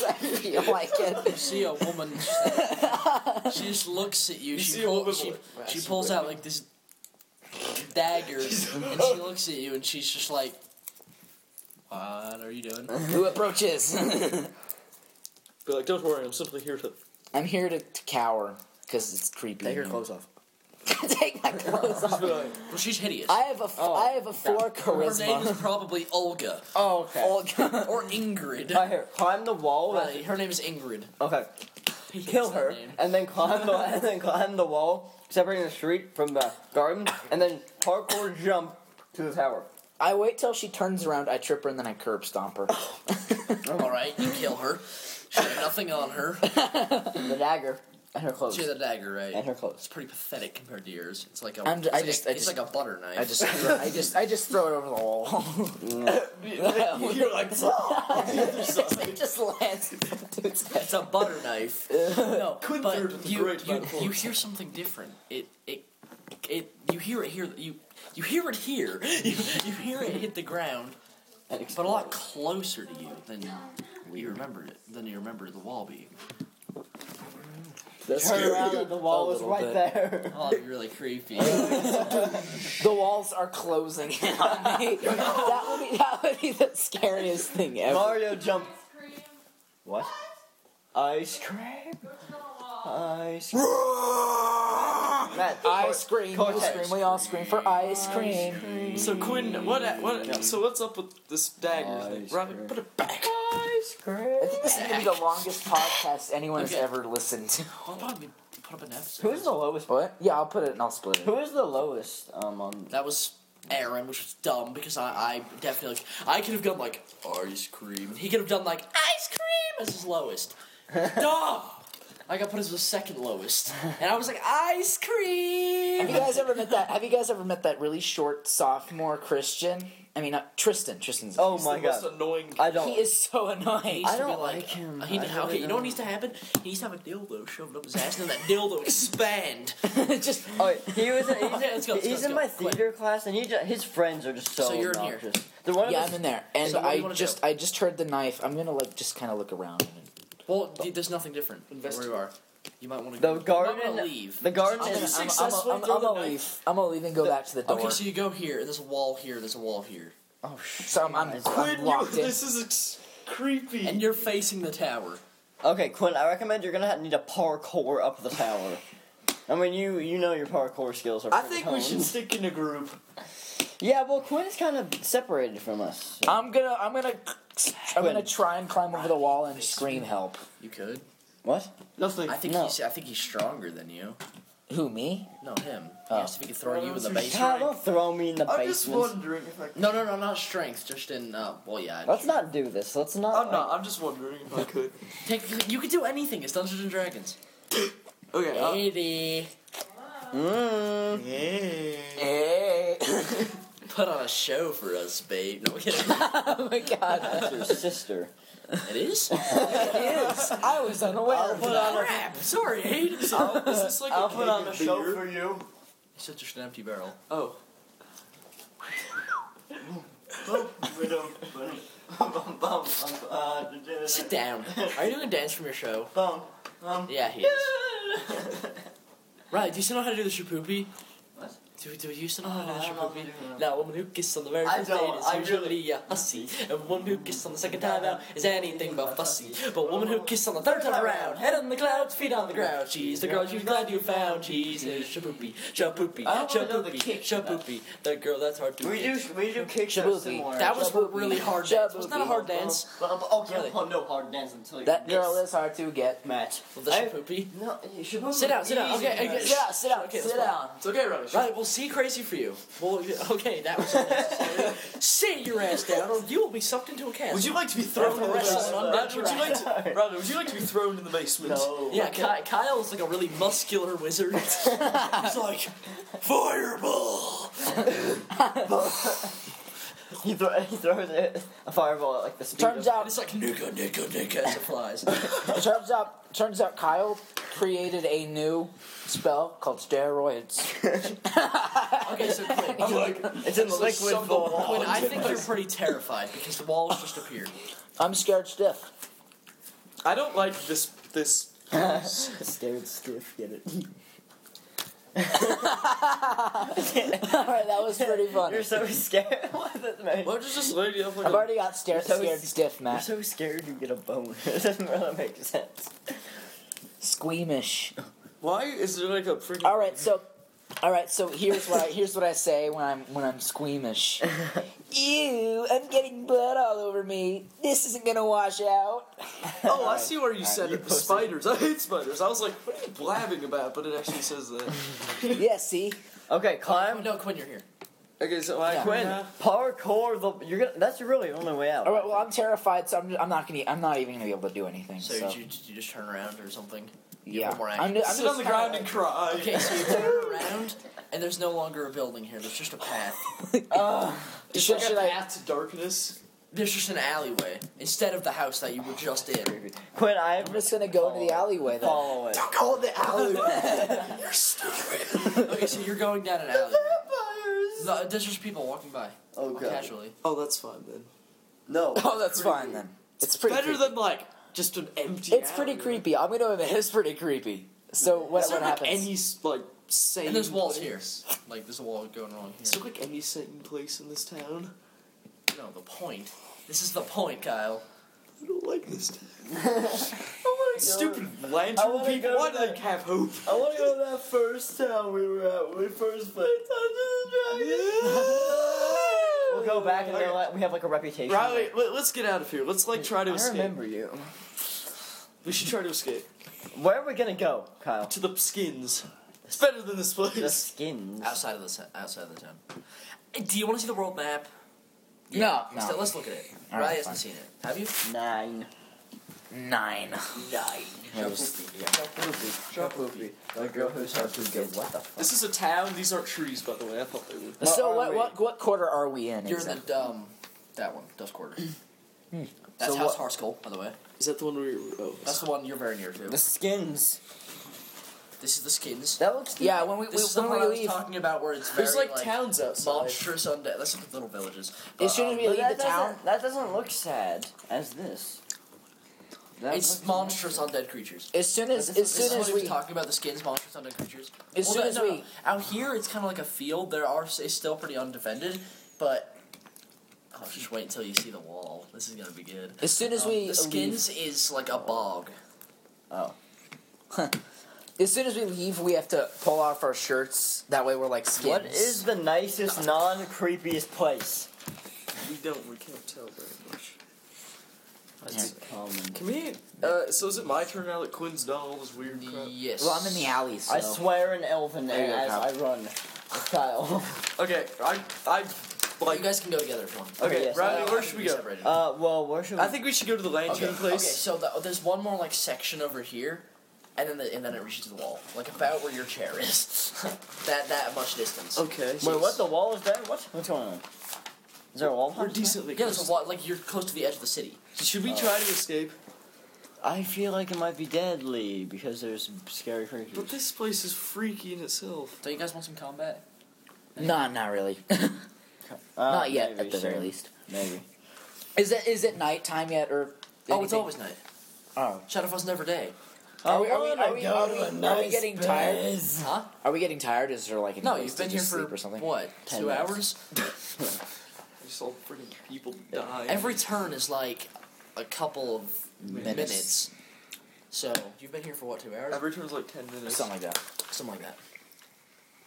S2: I feel like
S4: You
S2: it.
S4: see a woman.
S2: <laughs>
S4: she just looks at you.
S3: You
S4: she
S3: see a
S4: pull-
S3: woman-
S4: she,
S3: Right,
S4: she
S3: she
S4: pulls
S3: would.
S4: out like this dagger, and she looks at you, and she's just like, "What are you
S2: <laughs>
S4: doing?"
S2: Who approaches? <laughs>
S3: Be like, don't worry, I'm simply here to.
S2: I'm here to, to cower because it's creepy. in here.
S3: <laughs>
S1: off.
S2: <laughs> Take my clothes off.
S3: Be like,
S4: Well, she's hideous.
S2: I have a f I
S1: Oh,
S2: have a four
S4: Her name is
S2: charisma.
S4: probably
S2: <laughs>
S4: Olga
S1: Oh, okay.
S2: All good.
S4: or Ingrid.
S1: Right here, climb the wall. that's-
S4: Right, her name is Ingrid.
S1: Okay. Kill
S4: that
S1: her
S4: name.
S1: and <laughs> then climb the and then climb the wall separating the street from the garden and then parkour jump to the tower.
S2: I wait till she turns around. I trip her and then I curb stomp her.
S4: All right, you kill her. She had nothing on her.
S1: The dagger and her clothes.
S4: She had a dagger,
S2: <laughs>
S1: And
S4: right?
S1: her clothes.
S4: It's pretty pathetic compared to yours. It's like a.
S2: I'm ju- I
S4: it's
S2: just- I
S4: like, it's
S2: just-
S4: like a butter knife.
S2: I just I just I just throw it over the wall. <laughs>
S3: You're like,
S2: it just lands. Dude's head.
S4: It's a butter <laughs> knife. no,
S3: Quinn Beard
S4: but
S3: with
S4: you,
S3: great
S4: you,
S3: metaphors.
S4: you hear something different. It it it you hear it here you you hear it here. <laughs> You, you hear it hit the ground, but a lot closer to you than you remembered it than you remember the wall being.
S1: Turn around and the wall
S2: A
S1: is
S2: little
S1: right <laughs>
S2: bit.
S1: there.
S4: <laughs> Oh, that'd be really creepy.
S2: The walls are closing in on me. that would be that would be the scariest thing ever.
S1: Mario jump.
S5: Ice cream.
S1: What? Ice cream.
S5: Go to the wall.
S1: Ice. cream. Man,
S2: Ice cream, we
S1: Cortex.
S2: scream, we all scream for ice cream.
S3: So Quinn, what? What? So what's up with this dagger thing?
S1: Ice
S3: Robbie,
S1: cream.
S3: put it back.
S1: Ice cream.
S2: I think this is gonna be the longest podcast anyone has
S4: Okay.
S2: ever listened to.
S4: I'll probably put up an episode.
S1: Who's the lowest?
S2: What? Yeah, I'll put it and I'll split it.
S1: Who is the lowest? Um, on
S4: That was Aaron, which was dumb because I, I definitely I could have gone like ice cream. He could have done like ice cream as his <laughs> lowest. dumb. I got put as the second lowest, and I was like ice cream.
S2: Have you guys ever met that? Have you guys ever met that really short sophomore Christian? I mean, uh, Tristan. Tristan's.
S1: Oh
S3: It's
S1: my
S3: the most
S1: god.
S3: annoying.
S1: I don't.
S2: he is so
S4: He
S2: annoying.
S4: needs to
S1: I
S4: be
S1: don't like him.
S4: He,
S1: I
S4: okay,
S1: really
S4: you know what
S1: don't.
S4: needs to happen? He needs to have a dildo shoved up his ass, and then that dildo
S1: <laughs>
S4: expand.
S2: just
S1: Oh, wait, he was. He's,
S4: Okay, let's go, let's go,
S1: he's
S4: let's
S1: in
S4: go.
S1: my
S4: Quick.
S1: theater class, and he just, his friends are just so.
S4: So you're in here.
S1: obnoxious. The one of
S2: yeah,
S1: his-
S2: I'm in there, and
S4: So what do you
S2: I
S4: wanna
S2: just
S4: do?
S2: I just heard the knife. I'm gonna like just kind of look around.
S4: Well, d- there's nothing different.
S3: Invest-
S4: Where you are, you might want to.
S1: The
S4: You might
S1: garden.
S4: wanna leave.
S1: The garden
S2: I'm
S3: Did
S2: gonna,
S3: you
S1: is.
S2: I'm, I'm,
S3: successfully
S2: I'm, I'm,
S3: throw the
S2: gonna
S3: knife?
S2: leave. I'm gonna leave and go back to the door.
S4: Okay, so you go here. and There's a wall here. There's a wall here,
S1: Oh shit.
S2: so I'm, I'm,
S3: Quinn,
S2: I'm
S3: you-
S2: locked in.
S3: this is ex- creepy.
S4: and you're facing the tower.
S1: Okay, Quinn. I recommend you're gonna ha- need a parkour up the tower. I mean, you you know your parkour skills are.
S3: I
S1: pretty
S3: think we should
S1: honed.
S3: stick in a group.
S1: Yeah, well, Quinn is kind of separated from us. so-
S2: I'm gonna I'm gonna I'm gonna try and climb over the wall and scream help.
S4: You could.
S1: what?
S3: Nothing.
S4: I think
S1: No.
S4: he's. I think he's stronger than you.
S2: Who me?
S4: No, him. He
S1: Oh.
S4: asked if he could throw
S3: Well,
S4: you in
S3: that's
S4: the
S3: your
S4: basement.
S1: Kyle, don't throw me in the
S3: I'm just
S1: basement.
S3: wondering if I. Could.
S4: No, no, no, not strength. Just in. Uh, well, yeah.
S1: Let's not do this. Let's not.
S3: I'm not. I'm just wondering if I could.
S4: Take, you could do anything. It's Dungeons and Dragons.
S3: Okay. uh,
S4: Eighty.
S1: Mm.
S2: Hey.
S4: Put on a show for us, babe. No I'm kidding.
S2: <laughs>
S1: <laughs>
S2: oh my god.
S1: That's your sister.
S4: it is.
S2: It is. I was unaware.
S1: I'll
S2: of
S1: put
S2: that.
S1: on a,
S4: Crap. Sorry,
S1: <laughs>
S4: Aiden. It's
S3: Is this like
S1: I'll
S3: a
S1: put on a
S3: the
S1: show for
S3: you? <laughs>
S4: such just an empty barrel.
S3: Oh. <laughs> uh,
S4: Sit down. Are you doing a dance from your show? Yeah, he is.
S1: <laughs>
S4: Riley, do you still know how to do the shapoopy?
S1: What?
S4: Do, do you still know how to do
S1: Oh, I
S4: the
S1: don't know how to
S4: shapoopy?
S1: do it.
S4: Now, a woman who kissed on the very
S1: I
S4: first
S1: don't,
S4: date is
S1: I
S4: usually a hussy. And a woman who kissed on the second time out is anything but fussy. But a woman who kissed on the third time around, head in the clouds, feet on the ground. She's the girl you're glad you found. She's a shapoopy, shapoopy,
S1: I don't wanna know the
S4: shapoopy,
S1: kick.
S4: shapoopy. The girl that's hard to
S1: We
S4: kick.
S1: do we do kick
S2: Shaboopy.
S1: similar.
S4: That was a really hard dance. Wasn't that a hard
S1: Well,
S4: dance?
S1: Well, well, okay,
S4: Really?
S1: well, no hard dance until you
S2: That girl
S1: miss
S2: is hard to get.
S1: match.
S4: Well, the
S1: I-
S4: shapoopy.
S1: No, you should move
S4: Sit down, sit down.
S1: easy,
S4: Okay, okay.
S1: guys.
S2: Sit down, sit down,
S4: Okay,
S2: sit
S4: let's
S2: down.
S3: It's okay, Riley.
S4: Right, we'll see crazy for you. Well, <laughs> okay, that
S1: <laughs>
S4: was unnecessary. Sit your ass down, or you will be sucked into a cast.
S3: Would you like to be
S4: Throw
S3: thrown in
S4: the
S3: the
S4: rest
S3: basement?
S4: of it
S3: Riley,
S4: under
S3: would you
S4: the
S3: like <laughs> to, Riley, would you like to be thrown in the basement?
S1: No.
S4: Yeah, Ky- Kyle is like a really muscular wizard. <laughs> He's like, fireball.
S1: He, thro- he throws a, a fireball at like the speed
S2: Turns
S1: of-
S4: And
S2: out,
S4: it's like nika nika nika as it flies.
S2: turns out, turns out, Kyle created a new spell called steroids.
S4: Okay, so <laughs> quick.
S3: I'm like,
S1: It's in
S3: so
S1: liquid
S3: some of
S1: <laughs>
S3: the
S1: form.
S3: wall-
S4: Quinn, I think you're pretty terrified because the walls just appeared.
S2: I'm scared stiff.
S3: I don't like this.
S4: <laughs>
S3: This.
S1: <laughs> Scared stiff, get it.
S2: <laughs> All right, that was pretty funny.
S1: You're so scared. <laughs> What does that mean?
S3: Why does this lady have like
S2: I've
S3: a
S2: already got scared,
S1: You're so
S2: scared stiff,
S1: You're
S2: Matt.
S1: so scared you get a boner. <laughs> It doesn't really make sense.
S2: Squeamish.
S3: Why is there like a freaking?
S2: All right, so, all right, so here's what I, here's what I say when I'm when I'm squeamish. Ew, I'm getting blood all over me. This isn't gonna wash out.
S3: Oh, I see where you said
S1: you
S3: it. The
S1: posted-
S3: spiders. I hate spiders. I was like, what are you blabbing about? But it actually says that.
S2: Yeah, see,
S1: Okay, climb.
S4: Um, No, Quinn, you're here.
S3: Okay, so I
S2: Yeah.
S1: Quinn, parkour. The you're gonna. That's really your only way out.
S2: All right. Well, I'm terrified, so I'm, I'm not gonna. I'm not even gonna be able to do anything.
S4: So,
S2: So,
S4: Did, you, did you just turn around or something?
S2: yeah,
S4: one more
S2: I'm,
S4: action.
S2: ju- I'm
S3: Sit on
S2: just
S3: the
S2: kinda
S3: ground and cry.
S4: Okay,
S3: <laughs>
S4: so you turn around, and there's no longer a building here. There's just a path.
S2: like,
S3: It's
S2: should,
S3: like a
S2: should I?
S3: path to darkness.
S4: There's just an alleyway instead of the house that you were just in.
S1: Quinn, I'm
S2: I'm just gonna go into the alleyway then.
S1: Follow it.
S3: Call the alleyway.
S4: Okay, so you're going down an alley.
S3: Vampires.
S4: No, there's just people walking by
S1: Oh god.
S4: casually.
S3: Oh, that's fine then.
S1: <laughs> No.
S2: <laughs> Oh, that's fine then. It's pretty.
S3: Better
S2: creepy.
S3: than like just an empty.
S2: It's pretty
S3: alleyway.
S2: creepy. I'm gonna admit it's pretty creepy. So what,
S3: Is there
S2: what
S3: like
S2: happens?
S3: any like sane?
S4: And there's walls here.
S3: place?
S4: Like there's a wall going wrong
S3: Is
S4: here.
S3: there like any sane place in this town?
S4: No, the point. This is the point, Kyle.
S3: I don't like this town. I want stupid
S1: I
S3: lantern
S1: wanna
S3: people.
S1: go
S3: Why do
S1: to
S3: they have hope?
S1: I want to go to that first town we were at when we first played Dungeons and We'll go back and
S3: Okay.
S1: they're like, we have like a reputation.
S3: Riley, let, us get out of here. Let's like try to
S1: I
S3: escape.
S1: remember you.
S3: We should try to escape
S1: Where are we gonna go, Kyle?
S3: to the skins. It's better than this place.
S1: The
S3: <laughs>
S1: skins.
S4: Outside of the se- outside of the town. Uh, Do you want to see the world map?
S2: No,
S4: Let's-
S2: no.
S4: Let's look at it.
S2: All right,
S4: Riley hasn't
S2: fine.
S4: seen it. Have you?
S1: Nine.
S2: Nine.
S1: Nine.
S2: Yeah, just-
S1: Shapoopy. The girl who's hard to get. What the fuck?
S3: This is a town. These aren't trees, by the way. I thought they were.
S1: What
S2: so
S1: are
S2: what,
S1: we?
S2: what what quarter are we in?
S4: You're in
S2: exactly?
S4: the um that one, Dust Quarter. That's
S1: So
S4: House
S1: what-
S4: Harskull, by the way.
S3: Hmm. Is that the one where you Oh,
S4: That's the one you're very near to.
S1: The skins.
S4: This is the skins.
S1: That looks.
S2: yeah, when we,
S4: This is the
S2: when
S4: one
S2: we
S4: I was
S2: leave,
S4: talking about where it's very
S3: there's like, towns outside.
S4: monstrous undead. Let's look at little villages. But,
S2: as soon as
S4: um,
S2: we
S1: But
S2: leave the
S1: that,
S2: town,
S1: doesn't, that doesn't look sad as this. That
S4: it's
S1: looks-
S4: monstrous undead creatures.
S2: as soon as as
S4: this is
S2: soon
S4: what
S2: as
S4: he was
S2: we
S4: talking about the skins, monsters, undead creatures.
S2: As soon
S4: no,
S2: as
S4: no, no.
S2: we-
S4: out here, it's kind of like a field. There are it's still pretty undefended, but oh, just wait until you see the wall. This is gonna be good.
S2: as soon as
S4: Um,
S2: we
S4: the skins is like a bog.
S1: Oh.
S2: leave, as soon as we leave, we have to pull off our shirts. That way, we're like skins.
S1: What is the nicest, non-creepiest place?
S3: We don't. We can't tell very much.
S1: That's common.
S3: Can we? Uh, so is it my turn now that Quinn's done all this weird crap?
S4: Yes.
S2: Well, I'm in the alley, so
S1: I swear in Elven
S2: There you go,
S1: as
S2: Kyle.
S1: I run. Kyle. <laughs>
S3: Okay, I, I,
S4: Well,
S3: like.
S4: you guys can go together if you want.
S1: Okay,
S3: okay,
S1: yes,
S3: Riley,
S4: Uh,
S3: where should we go?
S4: separated.
S1: Uh, well, where should we?
S3: I think we should go to the lantern
S4: okay.
S3: place.
S4: Okay, so the, there's one more like section over here, and then the, and then it reaches the wall, like about where your chair is. <laughs> that that much distance.
S3: Okay. so
S1: Wait,
S3: it's-
S1: what? The wall is there? What? What's going on? Is there a wall?
S3: We're
S1: behind us?
S3: decently
S4: Yeah,
S3: close.
S4: there's a lot. Like you're close to the edge of the city.
S3: Should we try to escape?
S1: I feel like it might be deadly because there's scary creatures.
S3: But this place is freaky in itself.
S4: Don't you guys want some combat?
S2: Nah, not really.
S1: Uh,
S2: <laughs> not yet,
S1: maybe
S2: at the very
S1: soon.
S2: least.
S1: Maybe.
S2: Is it is it nighttime yet, or?
S4: Oh, it's
S2: anything?
S4: always night.
S1: Oh.
S4: Shadowfall's never day.
S2: Are we, are we, are we, are we, are we getting tired?
S4: Huh?
S2: Are we getting tired? Is there like an
S4: No,
S2: place
S4: you've been
S2: to
S4: here
S2: just
S4: for
S2: sleep or something?
S4: what?
S1: Ten
S4: two
S1: minutes.
S4: hours.
S3: I saw freaking people die.
S4: Every turn is like a couple of
S2: Minutes.
S4: minutes. So you've been here for what? Two hours?
S3: every turn's like ten minutes.
S2: Something like that.
S4: Something like that.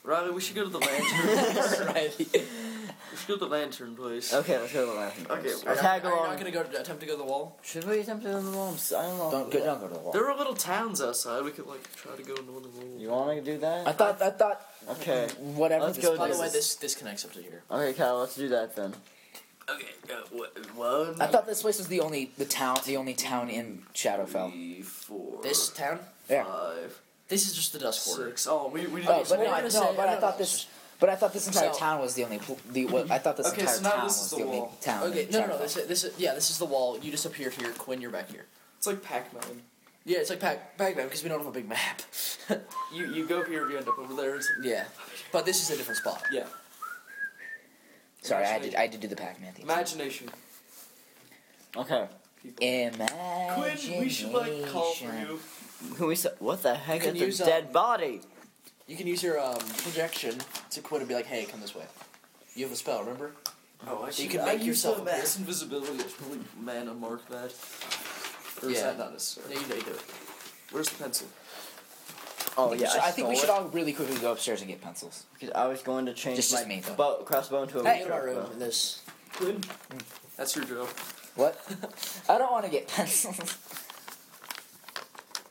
S3: Riley, we should go to the lantern.
S2: right.
S3: we should go to the lantern place.
S1: Okay, let's go to the lantern.
S3: Okay,
S1: place.
S3: we're
S1: Or tag
S4: Are you
S1: along.
S4: not gonna go to, attempt to go to the wall?
S1: Should we attempt to go to the wall? I'm s- I don't know.
S2: Don't go, don't go to the wall.
S3: There are little towns outside. We could like try to go into one of the
S1: You
S3: little.
S1: want to do that?
S2: I thought I thought
S1: okay.
S2: whatever.
S1: Let's
S2: this
S1: go
S2: place
S4: By the
S1: this
S4: way,
S2: is-
S4: this this connects up to here.
S1: Okay, Kyle, let's do that then.
S4: Okay. Uh, wh- one.
S2: I thought this place was the only the town the only town in Shadowfell.
S3: Three, four,
S4: this town.
S2: Yeah.
S3: five,
S4: This is just the dust quarter.
S3: six. Oh, we we didn't.
S2: Oh,
S3: use
S2: but
S4: what
S2: no,
S4: we're
S2: I-
S4: gonna
S2: no,
S4: say-
S2: but I
S4: no,
S2: thought
S4: no,
S2: this, but I thought this entire
S4: So-
S2: town was the only pl- the. What, I thought this
S3: Okay,
S2: entire
S3: so now
S2: town
S3: this is
S2: was
S3: the
S2: the only
S3: wall.
S2: town.
S4: Okay.
S2: in
S4: No, no, no.
S2: Shadowfell.
S4: This, this is yeah. This is the wall. You disappear here when you're back here.
S3: It's like Pac-Man.
S4: Yeah, it's like pack pac because we don't have a big map. <laughs>
S3: You you go here, you end up over there. It's,
S4: yeah, but this is a different spot.
S3: yeah.
S2: Sorry, I had to I had to do the Pac-Man thing.
S3: Imagination.
S1: Okay.
S3: People. Quinn,
S2: Imagine.
S3: we should like call for you.
S1: Can we? s- What the heck
S4: You
S1: is
S4: can use,
S1: a
S4: um,
S1: dead body?
S4: You can use your um, projection to Quinn and be like, "Hey, come this way." You have a spell, remember?
S3: Oh, I
S4: should- I use the mass
S3: invisibility. It's probably mana mark that. Or
S4: is
S3: is
S4: that not
S3: that not
S4: Yeah,
S3: necessary?
S4: you, know you do it.
S3: Where's the pencil?
S1: Oh yeah.
S2: So I think we should
S1: stole it
S2: all really quickly go upstairs and get pencils.
S1: because I was going to change
S2: Just-
S1: my
S2: just me, though.
S1: bow, crossbow into a
S4: Hey,
S1: meat
S4: in my
S1: crossbow.
S4: room, and there's
S3: Quinn. That's your drill.
S2: What? I don't want to get pencils.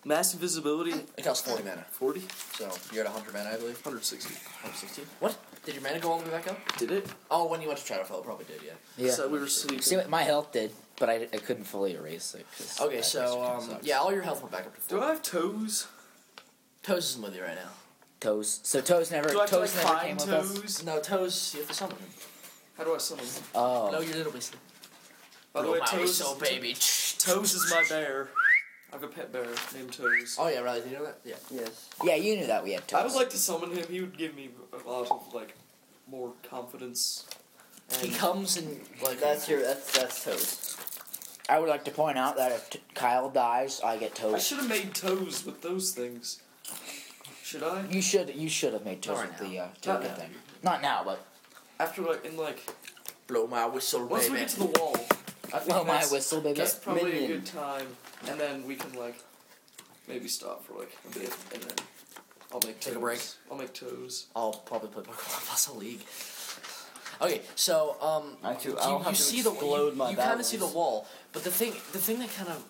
S3: Mass invisibility,
S4: it costs forty mana,
S3: 40?
S4: so you're at hundred mana, I believe.
S3: 160.
S4: 160. What? Did your mana go all the way back up?
S3: Did it?
S4: Oh, when you went to Shadowfell, it probably did. Yeah.
S3: So we were sleeping.
S2: See what my health did, but I, I couldn't fully erase it. 'cause
S4: Okay,
S2: that
S4: so
S2: extra
S4: um,
S2: sucks.
S4: yeah, all your health went back up to
S3: Do
S4: four.
S3: I have toes?
S4: Toes isn't with you right now.
S2: toes. So toes never.
S3: Do I have to like
S2: Toes never came
S3: find
S2: with us.
S3: toes?
S4: No, Toes, you have to summon him.
S3: How do I summon them?
S2: Oh,
S4: No, you're little beast.
S3: By the way, toes.
S4: so baby.
S3: Toes is my bear. I have a pet bear named Toes.
S4: Oh yeah, Riley, did you know that? Yeah.
S1: Yes.
S2: yeah, you knew that we had toes.
S3: I would like to summon him. He would give me a lot of like more confidence.
S4: He comes and like
S1: That's your. That's that's toast.
S2: I would like to point out that if t- Kyle dies, I get
S3: I
S2: toes.
S3: should have made toes with those things. Should I?
S2: you should you should have made toes
S4: Not
S2: with
S4: right
S2: the uh,
S3: Not
S2: token
S3: now.
S2: thing. Not now, but
S3: After like in like
S4: blow my whistle,
S3: once we
S4: baby.
S3: get to the wall, I think
S2: blow my
S3: that's,
S2: whistle, baby.
S3: That's probably a
S1: Minion.
S3: good time, and then we can like maybe stop for like a bit, and then I'll make
S4: Take a
S3: toes.
S4: break.
S3: I'll make toes.
S4: I'll probably play Pokemon Puzzle League. Okay, so um,
S1: I too.
S4: you,
S1: I'll
S4: you
S1: have to
S4: see the
S1: explode
S4: you,
S1: my
S4: you kind of
S1: battles.
S4: see the wall, but the thing the thing that kind of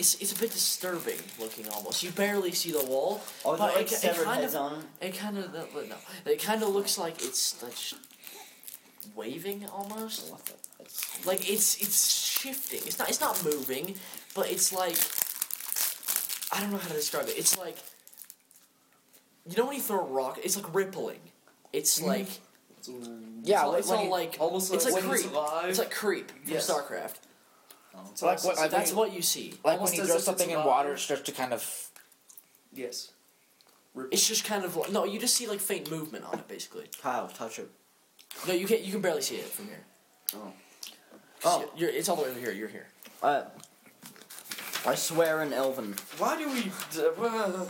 S4: it's, it's a bit disturbing looking almost. You barely see the wall,
S1: Oh,
S4: but
S1: like
S4: it, it
S1: severed
S4: kind
S1: heads
S4: of
S1: on. it?
S4: It kind of no, it kind of looks like it's like sh- waving almost.
S1: What the- that's-
S4: Like it's it's shifting. It's not it's not moving, but it's like I don't know how to describe it. It's like you know when you throw a rock, it's like rippling.
S1: Mm-hmm.
S4: It's like
S2: yeah,
S4: all-
S2: when-
S4: it's
S2: when
S4: all
S2: you-
S4: like
S3: Almost
S4: it's
S3: like
S4: like
S3: when it's
S4: creep.
S3: alive.
S4: It's like creep from
S3: Yes.
S4: StarCraft. Uh,
S3: It's
S2: like what-
S3: almost-
S2: like-
S4: That's what you see.
S2: like when
S3: almost
S2: you
S3: as
S2: throw
S3: if it's
S2: something in
S3: alive.
S2: water, it starts to kind of.
S3: yes. Rip-
S4: It's just kind of like no, you just see like faint movement on it basically.
S1: Kyle, touch it.
S4: No, you can you can barely see it from here.
S1: Oh.
S4: 'Cause
S1: Oh.
S4: you're, it's all the way over here. You're here.
S1: Uh, I swear in Elven.
S3: Why do we? d- uh,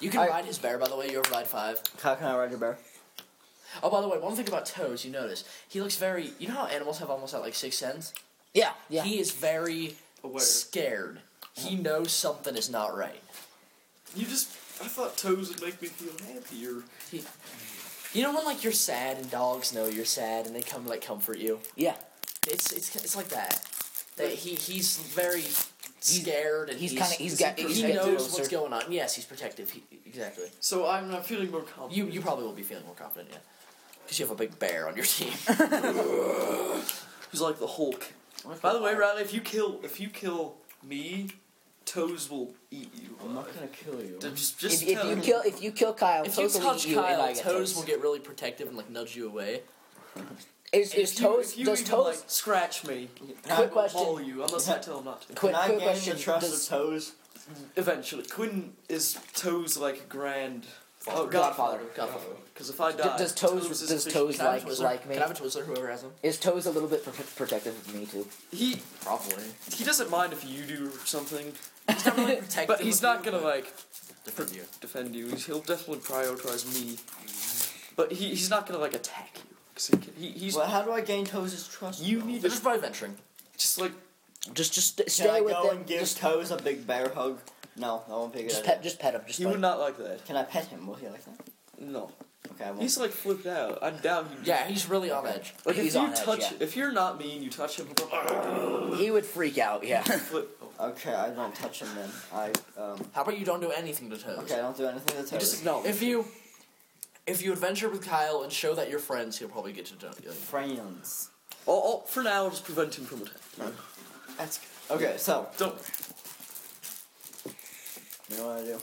S4: You can
S1: I-
S4: ride his bear, by the way. You override five.
S1: Kyle, can I ride your bear?
S4: Oh, by the way, one thing about Toes, you notice he looks very. You know how animals have almost that like sixth sense.
S2: Yeah, yeah.
S4: He is very
S3: Aware.
S4: scared. He knows something is not right.
S3: You just. I thought toes would make me feel happier.
S4: You know when like you're sad and dogs know you're sad and they come like comfort you.
S2: yeah.
S4: It's it's it's like that. That he he's very scared and
S2: he's
S4: he's
S2: kinda- he's got-
S4: he
S2: he's
S4: knows
S2: got
S4: what's
S2: closer.
S4: going on. Yes, he's protective. He, exactly.
S3: So I'm not feeling more confident.
S4: You you probably will be feeling more confident, yeah, because you have a big bear on your team.
S3: He's like the Hulk. By the way, Riley, if you kill if you kill me, toes will eat you.
S1: I'm not
S3: alive.
S1: gonna kill you.
S3: They're Just,
S2: If,
S3: just
S2: if you
S3: toes.
S2: kill, if you kill Kyle,
S4: If you
S2: toes will
S4: touch
S2: eat you, and I
S4: Kyle,
S2: get
S4: toes will get really protective and like nudge you away.
S2: Is,
S3: If
S2: is
S3: you-
S2: toes?
S3: if you
S2: Does
S3: even,
S2: toes?
S3: like, scratch me? I
S2: Quick
S3: will
S2: question.
S3: maul you unless I tell him not to.
S2: quick,
S1: Can I
S2: quick
S1: gain
S2: question.
S1: the trust
S2: Does,
S1: of toes?
S3: Eventually, Quinn is toes like grand. Oh,
S2: Godfather.
S4: Godfather.
S3: Because if I
S2: d-
S3: die,
S2: does toes?
S3: is
S2: does
S3: officially-
S2: toes
S4: Can I
S2: like
S4: have a Twizzler?
S2: like me?
S4: Can I have a Twizzler? Whoever has them.
S2: Is toes a little bit pro- protective of me too?
S3: He
S4: Probably.
S3: he doesn't mind if you do something,
S4: He's not really protective.
S3: but he's
S4: of
S3: not
S4: you,
S3: gonna
S4: but
S3: like
S4: Different you.
S3: defend you. He's, he'll definitely prioritize me, but he, he's not gonna like attack you. 'Cause he, can- he, he's
S1: Well, how do I gain Toes' trust?
S3: you
S1: though?
S3: need
S4: They're
S3: to
S4: just by adventuring.
S3: just like
S2: Just just st-
S1: Can
S2: stay
S1: I
S2: with
S1: go
S2: them.
S1: and give <laughs>
S2: Just,
S1: Toes a big bear hug? No, I won't pick it
S2: just
S1: up.
S2: pet just pet him. Just
S3: he
S2: like,
S3: would not like that.
S1: Can I pet him? Will he like that?
S3: No,
S1: Okay, I won't.
S3: he's like flipped out. I doubt he.
S4: Yeah, he's really on edge.
S3: Like
S2: He's
S3: if you
S2: on edge,
S3: touch,
S2: yeah.
S3: if you're not mean, you touch him. he'll go,
S2: he would freak out. Yeah.
S3: flip.
S1: okay, I don't touch him then. I um.
S4: How about you don't do anything to Toes?
S1: Okay, I don't do anything to
S4: You
S1: Toes.
S4: just
S3: No.
S4: If you if you adventure with Kyle and show that you're friends, he'll probably get to know you.
S1: Friends.
S3: I'll, I'll- Oh, for now, I'll just prevent him from attack.
S1: That's good. Okay, so
S3: Don't.
S1: you know what I do?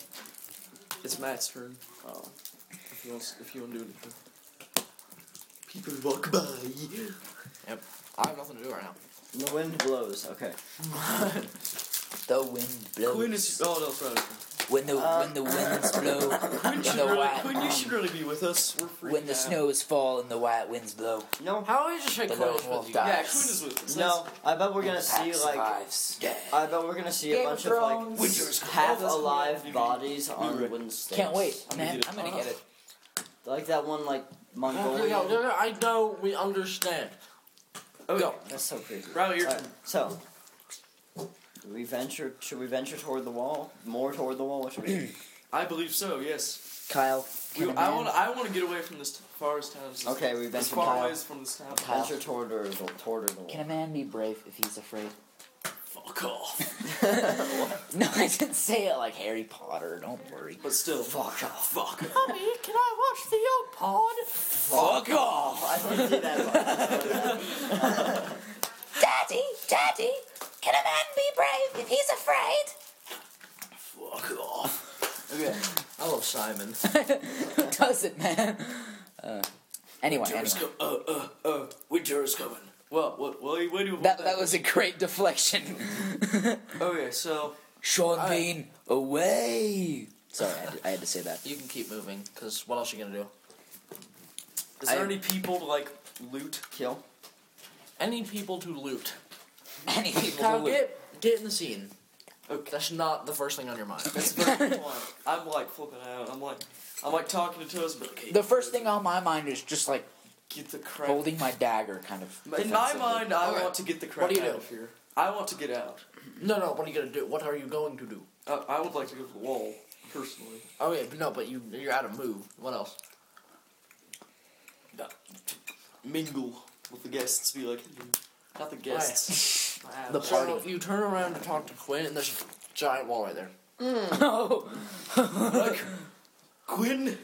S3: It's Matt's turn.
S1: Oh,
S3: If you want, if you want to do anything. People walk by.
S4: Yep. I have nothing to do right now.
S1: the wind blows. Okay.
S2: the wind blows.
S3: Quinn is. Oh no, sorry.
S2: when the
S1: Um,
S2: when the winds blow.
S3: Quinn,
S2: when
S3: should
S2: the
S3: really,
S2: white,
S3: Quinn, you should really be with us. We're free.
S2: when the snows fall and the white winds blow.
S1: No,
S4: How are you just shake
S2: The
S4: Quinn
S2: lone wolf
S4: with you?
S2: died.
S3: Yeah, Quinn is with us.
S1: no. I bet we're gonna see
S2: Pax
S1: like.
S2: survives.
S1: I bet we're gonna see a
S2: Game
S1: bunch
S2: of
S1: of like
S2: Thrones.
S3: Winter's
S1: half
S3: Call.
S1: alive bodies
S3: We
S1: on
S3: were-
S1: wooden stakes.
S2: Can't wait,
S3: I'm
S2: man.
S3: gonna
S2: I'm gonna
S4: get
S2: get it.
S1: Like that one, like
S4: No, no,
S1: Mongolian.
S4: no, no, I know we understand.
S3: Okay.
S4: Go.
S1: That's so crazy.
S3: Riley, your
S1: Alright,
S3: turn.
S1: so. We venture. Should we venture toward the wall? More toward the wall? What should we
S3: <clears throat>
S1: do?
S3: I believe so. Yes.
S2: Kyle,
S3: We,
S2: can a
S3: I
S2: man,
S3: want. I want to get away from this t- forest town. as-
S1: Okay, we
S3: As
S1: venture.
S3: far
S2: Kyle.
S3: away as from this town.
S2: Kyle.
S1: Venture toward her, the, toward her the
S2: can a
S1: wall.
S2: man be brave if he's afraid? <laughs>
S4: Fuck off.
S2: No, I didn't say it like Harry Potter. Don't worry.
S3: But still.
S1: Fuck off.
S3: Fuck.
S4: Mommy, can I watch the old pod? Fuck off.
S1: I didn't do that.
S2: Daddy, Daddy, can a man be brave if he's afraid?
S4: Fuck off.
S1: okay.
S4: I love Simon.
S2: <laughs> Who does it, man? Uh, anyway,
S4: Winter's
S2: anyway.
S4: co- uh, uh, uh, winter is coming.
S3: Well, what? Well, you- where do you?
S2: that that was a great deflection.
S3: <laughs>
S2: <laughs>
S3: Okay, so
S2: Sean
S4: Alright.
S2: Bean, away. Sorry, I had, to, I had to say that. <laughs>
S4: You can keep moving, because what else are you gonna do?
S3: is there
S2: I-
S3: any people to like loot?
S1: Kill.
S4: Any people to loot.
S2: Any people
S4: Kyle,
S2: who would-
S4: get, get in the scene.
S3: Okay.
S4: That's not the first thing on your mind.
S3: That's the <laughs> first one. I'm like flipping out. I'm like, I'm like talking to Toes, but okay,
S2: The first thing on my mind is just like
S3: get the crap.
S2: holding my dagger, kind of.
S3: In my
S2: defensively.
S3: mind, I
S4: Alright.
S3: want to get the crap
S4: What do you
S3: out
S4: do?
S3: of here. I want to get out.
S4: No, no, what are you gonna do? What are you going to do?
S3: Uh, I would like to go to the wall, personally.
S4: Oh yeah, but no, but you you're out of move. What else?
S3: Mingle with the guests. Be like, not
S1: <laughs>
S3: the guests. <laughs>
S2: The
S3: Wow.
S2: party.
S4: So you turn around to talk to Quinn, and there's a giant wall right there.
S2: No.
S3: Like, Quinn.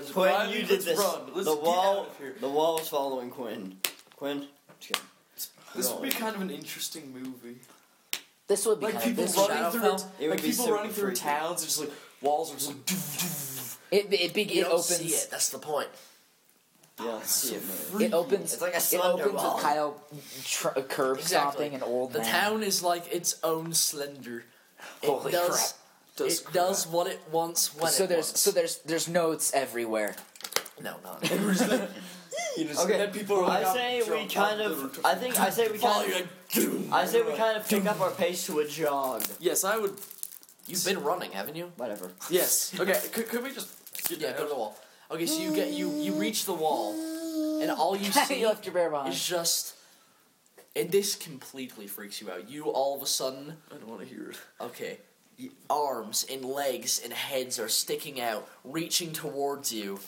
S1: <laughs> Quinn,
S3: Riley,
S1: you did
S3: let's
S1: this.
S3: Run. Let's
S1: the
S3: get
S1: wall.
S3: out of here.
S1: The wall is following Quinn. Quinn. just kidding.
S3: This would be
S1: No.
S3: kind of an interesting movie.
S2: This would be
S3: Like
S2: kind of,
S3: people
S2: this would,
S3: running
S4: Shadowfell?
S3: through,
S1: It would
S3: like
S1: be
S3: people
S1: super
S3: running through
S1: freaky.
S3: towns. It's just like walls are just like. Doof,
S2: it it, be,
S4: You
S2: it
S4: don't
S2: opens
S4: see it. That's the point.
S1: Yeah, let's see it
S3: doof.
S1: move.
S2: it opens
S1: It's like a
S2: it
S1: slender
S2: opens
S1: wall.
S2: with Kyle tr- curb
S4: Exactly.
S2: stomping an old
S4: The
S2: man.
S4: town is like its own slender. It
S2: Holy
S4: does,
S3: Does
S4: it does what it wants when
S2: so
S4: it
S2: there's
S4: wants.
S2: so there's there's notes everywhere.
S4: no, not <laughs>
S3: You know,
S1: Okay.
S3: and then people are like, "Oh,
S1: I say we kind of. I think. I say we
S4: Follow
S1: kind
S4: you
S1: of.
S4: like, doom.
S1: I say we kind of pick up our pace to a jog.
S3: Yes, I would.
S4: You've been running, haven't you?
S1: Whatever.
S4: <laughs>
S3: Yes. Okay. Could, could we just? Get
S4: Yeah,
S3: down?
S4: go to the wall. Okay, so you get you you reach the wall, and all <laughs> you see
S2: you left your bear behind.
S4: is just. And this completely freaks you out. You all of a sudden,
S3: I don't want to hear it.
S4: okay, y- arms and legs and heads are sticking out, reaching towards you,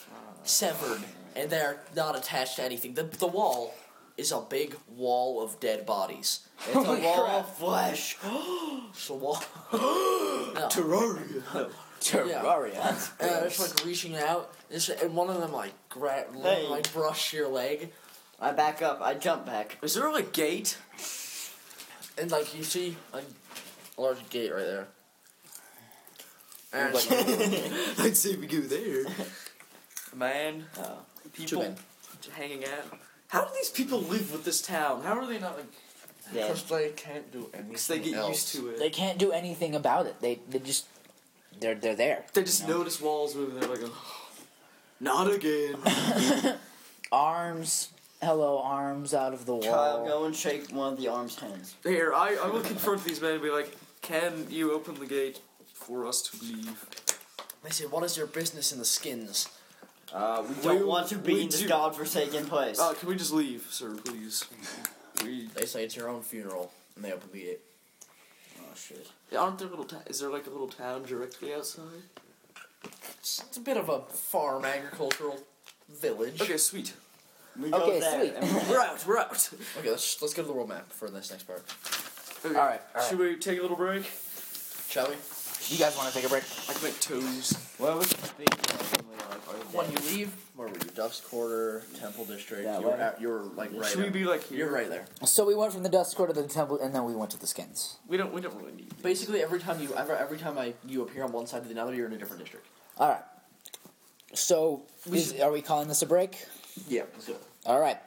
S4: severed, and they're not attached to anything. The the wall is a big wall of dead bodies.
S1: It's a wall
S2: Holy
S1: of flesh.
S4: It's a wall. No.
S3: Terraria. oh,
S2: Terraria.
S4: Yeah, it's like reaching out, it's- and one of them like grab,
S1: Hey.
S4: like brush your leg,
S1: <laughs> I back up. I jump back.
S3: Is there a gate?
S4: and like you see like a large gate right there. And
S2: Like-
S3: <laughs> I'd say we go there. Man, uh,
S1: Oh.
S3: people
S2: Chubin.
S3: hanging out. How do these people live with this town? How are they not like?
S1: Yeah.
S4: they can't do anything
S3: 'cause they get used to it.
S2: They can't do anything about it. They they just they're they're there.
S3: They just
S2: you know?
S3: notice walls moving. They're like, oh, not
S1: <laughs>
S3: again.
S2: arms. Hello, arms out of the wall.
S1: Kyle, go and shake one of the arm's hands.
S3: Here, I, I will confront these men and be like, can you open the gate for us to leave?
S4: They say, "What is your business in the skins?"
S1: Uh, we don't
S3: We-
S1: want to be
S3: we
S1: in this
S3: do-
S1: godforsaken place.
S3: Uh, can we just leave, sir, please? We
S4: They say it's your own funeral, and they open the gate.
S1: oh shit.
S3: aren't there little. Ta- is there like a little town directly outside?
S4: It's, it's a bit of a farm agricultural village.
S3: Okay, sweet.
S1: We go
S2: Okay,
S1: there.
S2: sweet.
S3: <laughs>
S1: and we-
S3: We're out. We're out.
S4: Okay, let's let's go to the world map for this next part,
S3: Okay.
S2: All right, all right.
S3: Should we take a little break?
S4: shall we?
S2: You guys want to take a break?
S3: I can make toes.
S1: Where would you be when we like are
S4: When you leave, where were you? Duff's Quarter, Temple District.
S1: Yeah,
S4: you were
S1: where?
S4: at, you were like right.
S3: Should we
S4: there.
S3: be like here?
S4: You're right there.
S2: So we went from the dust core to the temple, and then we went to the skins.
S3: We don't. We don't really need.
S4: Basically, every time you ever every time I you appear on one side to the other, you're in a different district.
S2: All right. So
S4: We
S2: is,
S4: should-
S2: are we calling this a break?
S4: Yeah, let's go.
S2: All right.